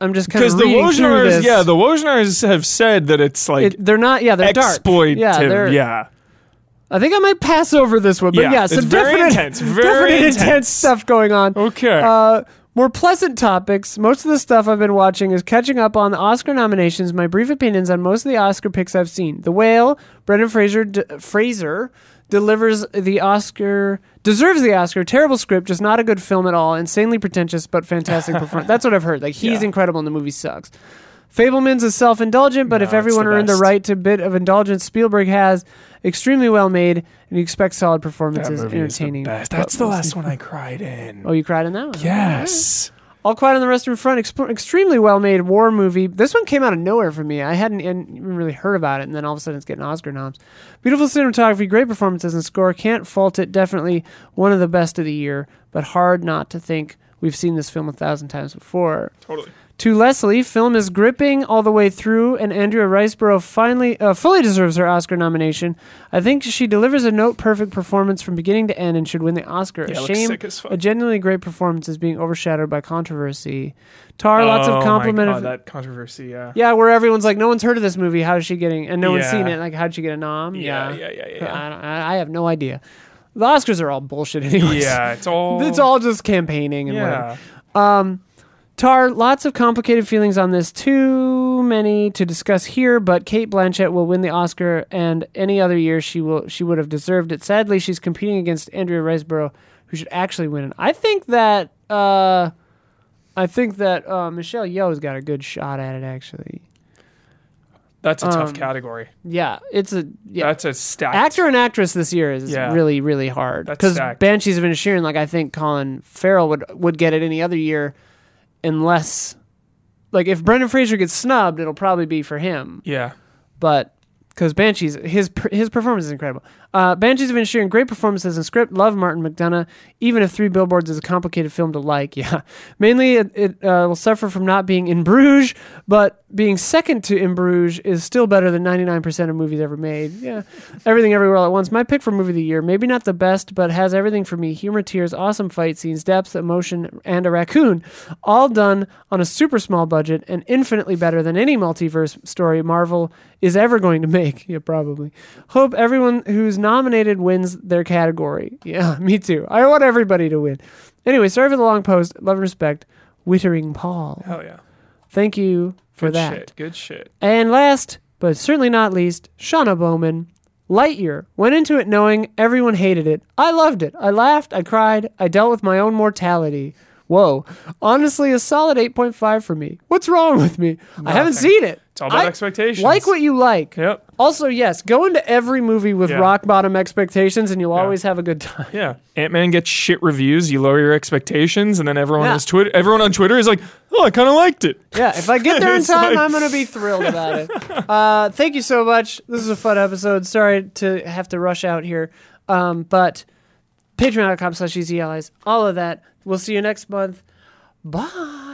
Speaker 1: I'm just kind
Speaker 2: Because
Speaker 1: of
Speaker 2: the
Speaker 1: reading through
Speaker 2: Wojnars,
Speaker 1: this.
Speaker 2: yeah, the Wojnars have said that it's like
Speaker 1: It- they're not. Yeah, they're dark.
Speaker 2: exploitive.
Speaker 1: Yeah, they're,
Speaker 2: yeah.
Speaker 1: I think I might pass over this one, but yeah,
Speaker 2: Yeah, it's
Speaker 1: some
Speaker 2: very
Speaker 1: definite,
Speaker 2: intense, very
Speaker 1: definite intense.
Speaker 2: intense.
Speaker 1: stuff going on.
Speaker 2: Okay.
Speaker 1: Uh, more pleasant topics. Most of the stuff I've been watching is catching up on the Oscar nominations. My brief opinions on most of the Oscar picks I've seen: The Whale, Brendan Fraser, d- Fraser delivers the Oscar, deserves the Oscar. Terrible script, just not a good film at all. Insanely pretentious, but fantastic performance. That's what I've heard. Like he's
Speaker 2: Yeah.
Speaker 1: incredible, and the movie sucks. Fableman's is self-indulgent, but
Speaker 2: No,
Speaker 1: if
Speaker 2: it's
Speaker 1: everyone
Speaker 2: the
Speaker 1: are in the
Speaker 2: best.
Speaker 1: right to a bit of indulgence, Spielberg has extremely well made, and you expect solid
Speaker 2: That
Speaker 1: performances,
Speaker 2: movie is the
Speaker 1: entertaining.
Speaker 2: best.
Speaker 1: but
Speaker 2: That's the
Speaker 1: mostly-
Speaker 2: last one I cried in.
Speaker 1: Oh, you cried in that one?
Speaker 2: Yes.
Speaker 1: All Quiet on the Western Front, exp- extremely well made war movie. This one came out of nowhere for me. I hadn't even really heard about it, and then all of a sudden it's getting Oscar noms. Beautiful cinematography, great performances and score. Can't fault it. Definitely one of the best of the year, but hard not to think we've seen this film a thousand times before.
Speaker 2: Totally.
Speaker 1: To Leslie, film is gripping all the way through, and Andrea Riceborough finally uh, fully deserves her Oscar nomination. I think she delivers a note perfect performance from beginning to end and should win the Oscar.
Speaker 2: Yeah,
Speaker 1: a
Speaker 2: looks
Speaker 1: shame,
Speaker 2: sick as fuck.
Speaker 1: a genuinely great performance is being overshadowed by controversy. Tar, lots of
Speaker 2: Oh my
Speaker 1: compliment.
Speaker 2: God, that controversy. Yeah.
Speaker 1: yeah, where everyone's like, no one's heard of this movie. How is she getting? And no one's
Speaker 2: Yeah.
Speaker 1: seen it. Like, how'd she get a nom?
Speaker 2: Yeah, yeah, yeah, yeah, yeah.
Speaker 1: I, don't, I, I have no idea. The Oscars are all bullshit, anyways.
Speaker 2: Yeah, it's all.
Speaker 1: It's all just campaigning and whatever.
Speaker 2: Yeah.
Speaker 1: Tar, lots of complicated feelings on this. Too many to discuss here, but Kate Blanchett will win the Oscar, and any other year she will she would have deserved it. Sadly, she's competing against Andrea Riseborough, who should actually win it. I think that uh, I think that uh, Michelle Yeoh's got a good shot at it. Actually,
Speaker 2: That's a tough
Speaker 1: Um,
Speaker 2: category.
Speaker 1: yeah, it's a yeah.
Speaker 2: That's a stack.
Speaker 1: Actor and actress this year is
Speaker 2: Yeah.
Speaker 1: really really hard
Speaker 2: That's
Speaker 1: because
Speaker 2: stacked.
Speaker 1: Banshees of Inisherin. Like I think Colin Farrell would would get it any other year, unless like if Brendan Fraser gets snubbed, it'll probably be for him.
Speaker 2: Yeah.
Speaker 1: But because Banshees, his per- his performance is incredible. Uh, Banshees of Inisherin, great performances and script. Love Martin McDonough. Even if Three Billboards is a complicated film to like, yeah. Mainly, it, it uh, will suffer from not being in Bruges, but being second to in Bruges is still better than 99% of movies ever made. Yeah, everything everywhere all at once. My pick for movie of the year, maybe not the best, but has everything for me: humor, tears, awesome fight scenes, depth, emotion, and a raccoon, all done on a super small budget and infinitely better than any multiverse story Marvel is ever going to make. Yeah, probably. Hope everyone who's nominated wins their category. Yeah, me too. I want everybody to win. Anyway, sorry for the long post. Love and respect, Wittering Paul.
Speaker 2: Hell yeah.
Speaker 1: Thank you for
Speaker 2: Good
Speaker 1: that.
Speaker 2: shit. Good shit.
Speaker 1: And last, but certainly not least, Shauna Bowman. Lightyear went into it knowing everyone hated it. I loved it. I laughed. I cried. I dealt with my own mortality. Whoa. Honestly, a solid 8.5 for me. What's wrong with me? I haven't
Speaker 2: Nothing.
Speaker 1: seen it.
Speaker 2: It's all about
Speaker 1: I
Speaker 2: expectations.
Speaker 1: Like what you like.
Speaker 2: Yep.
Speaker 1: Also, yes, go into every movie with
Speaker 2: Yeah.
Speaker 1: rock bottom expectations and you'll always have a good time.
Speaker 2: Yeah. Ant Man gets shit reviews. You lower your expectations, and then everyone
Speaker 1: Yeah.
Speaker 2: on Twitter, everyone on Twitter is like, "Oh, I kind of liked it."
Speaker 1: Yeah, if I get there in
Speaker 2: It's
Speaker 1: time,
Speaker 2: like-
Speaker 1: I'm gonna be thrilled about it. Uh, thank you so much. This is a fun episode. Sorry to have to rush out here, um, but patreon.com slash easy allies. All of that. We'll see you next month. Bye.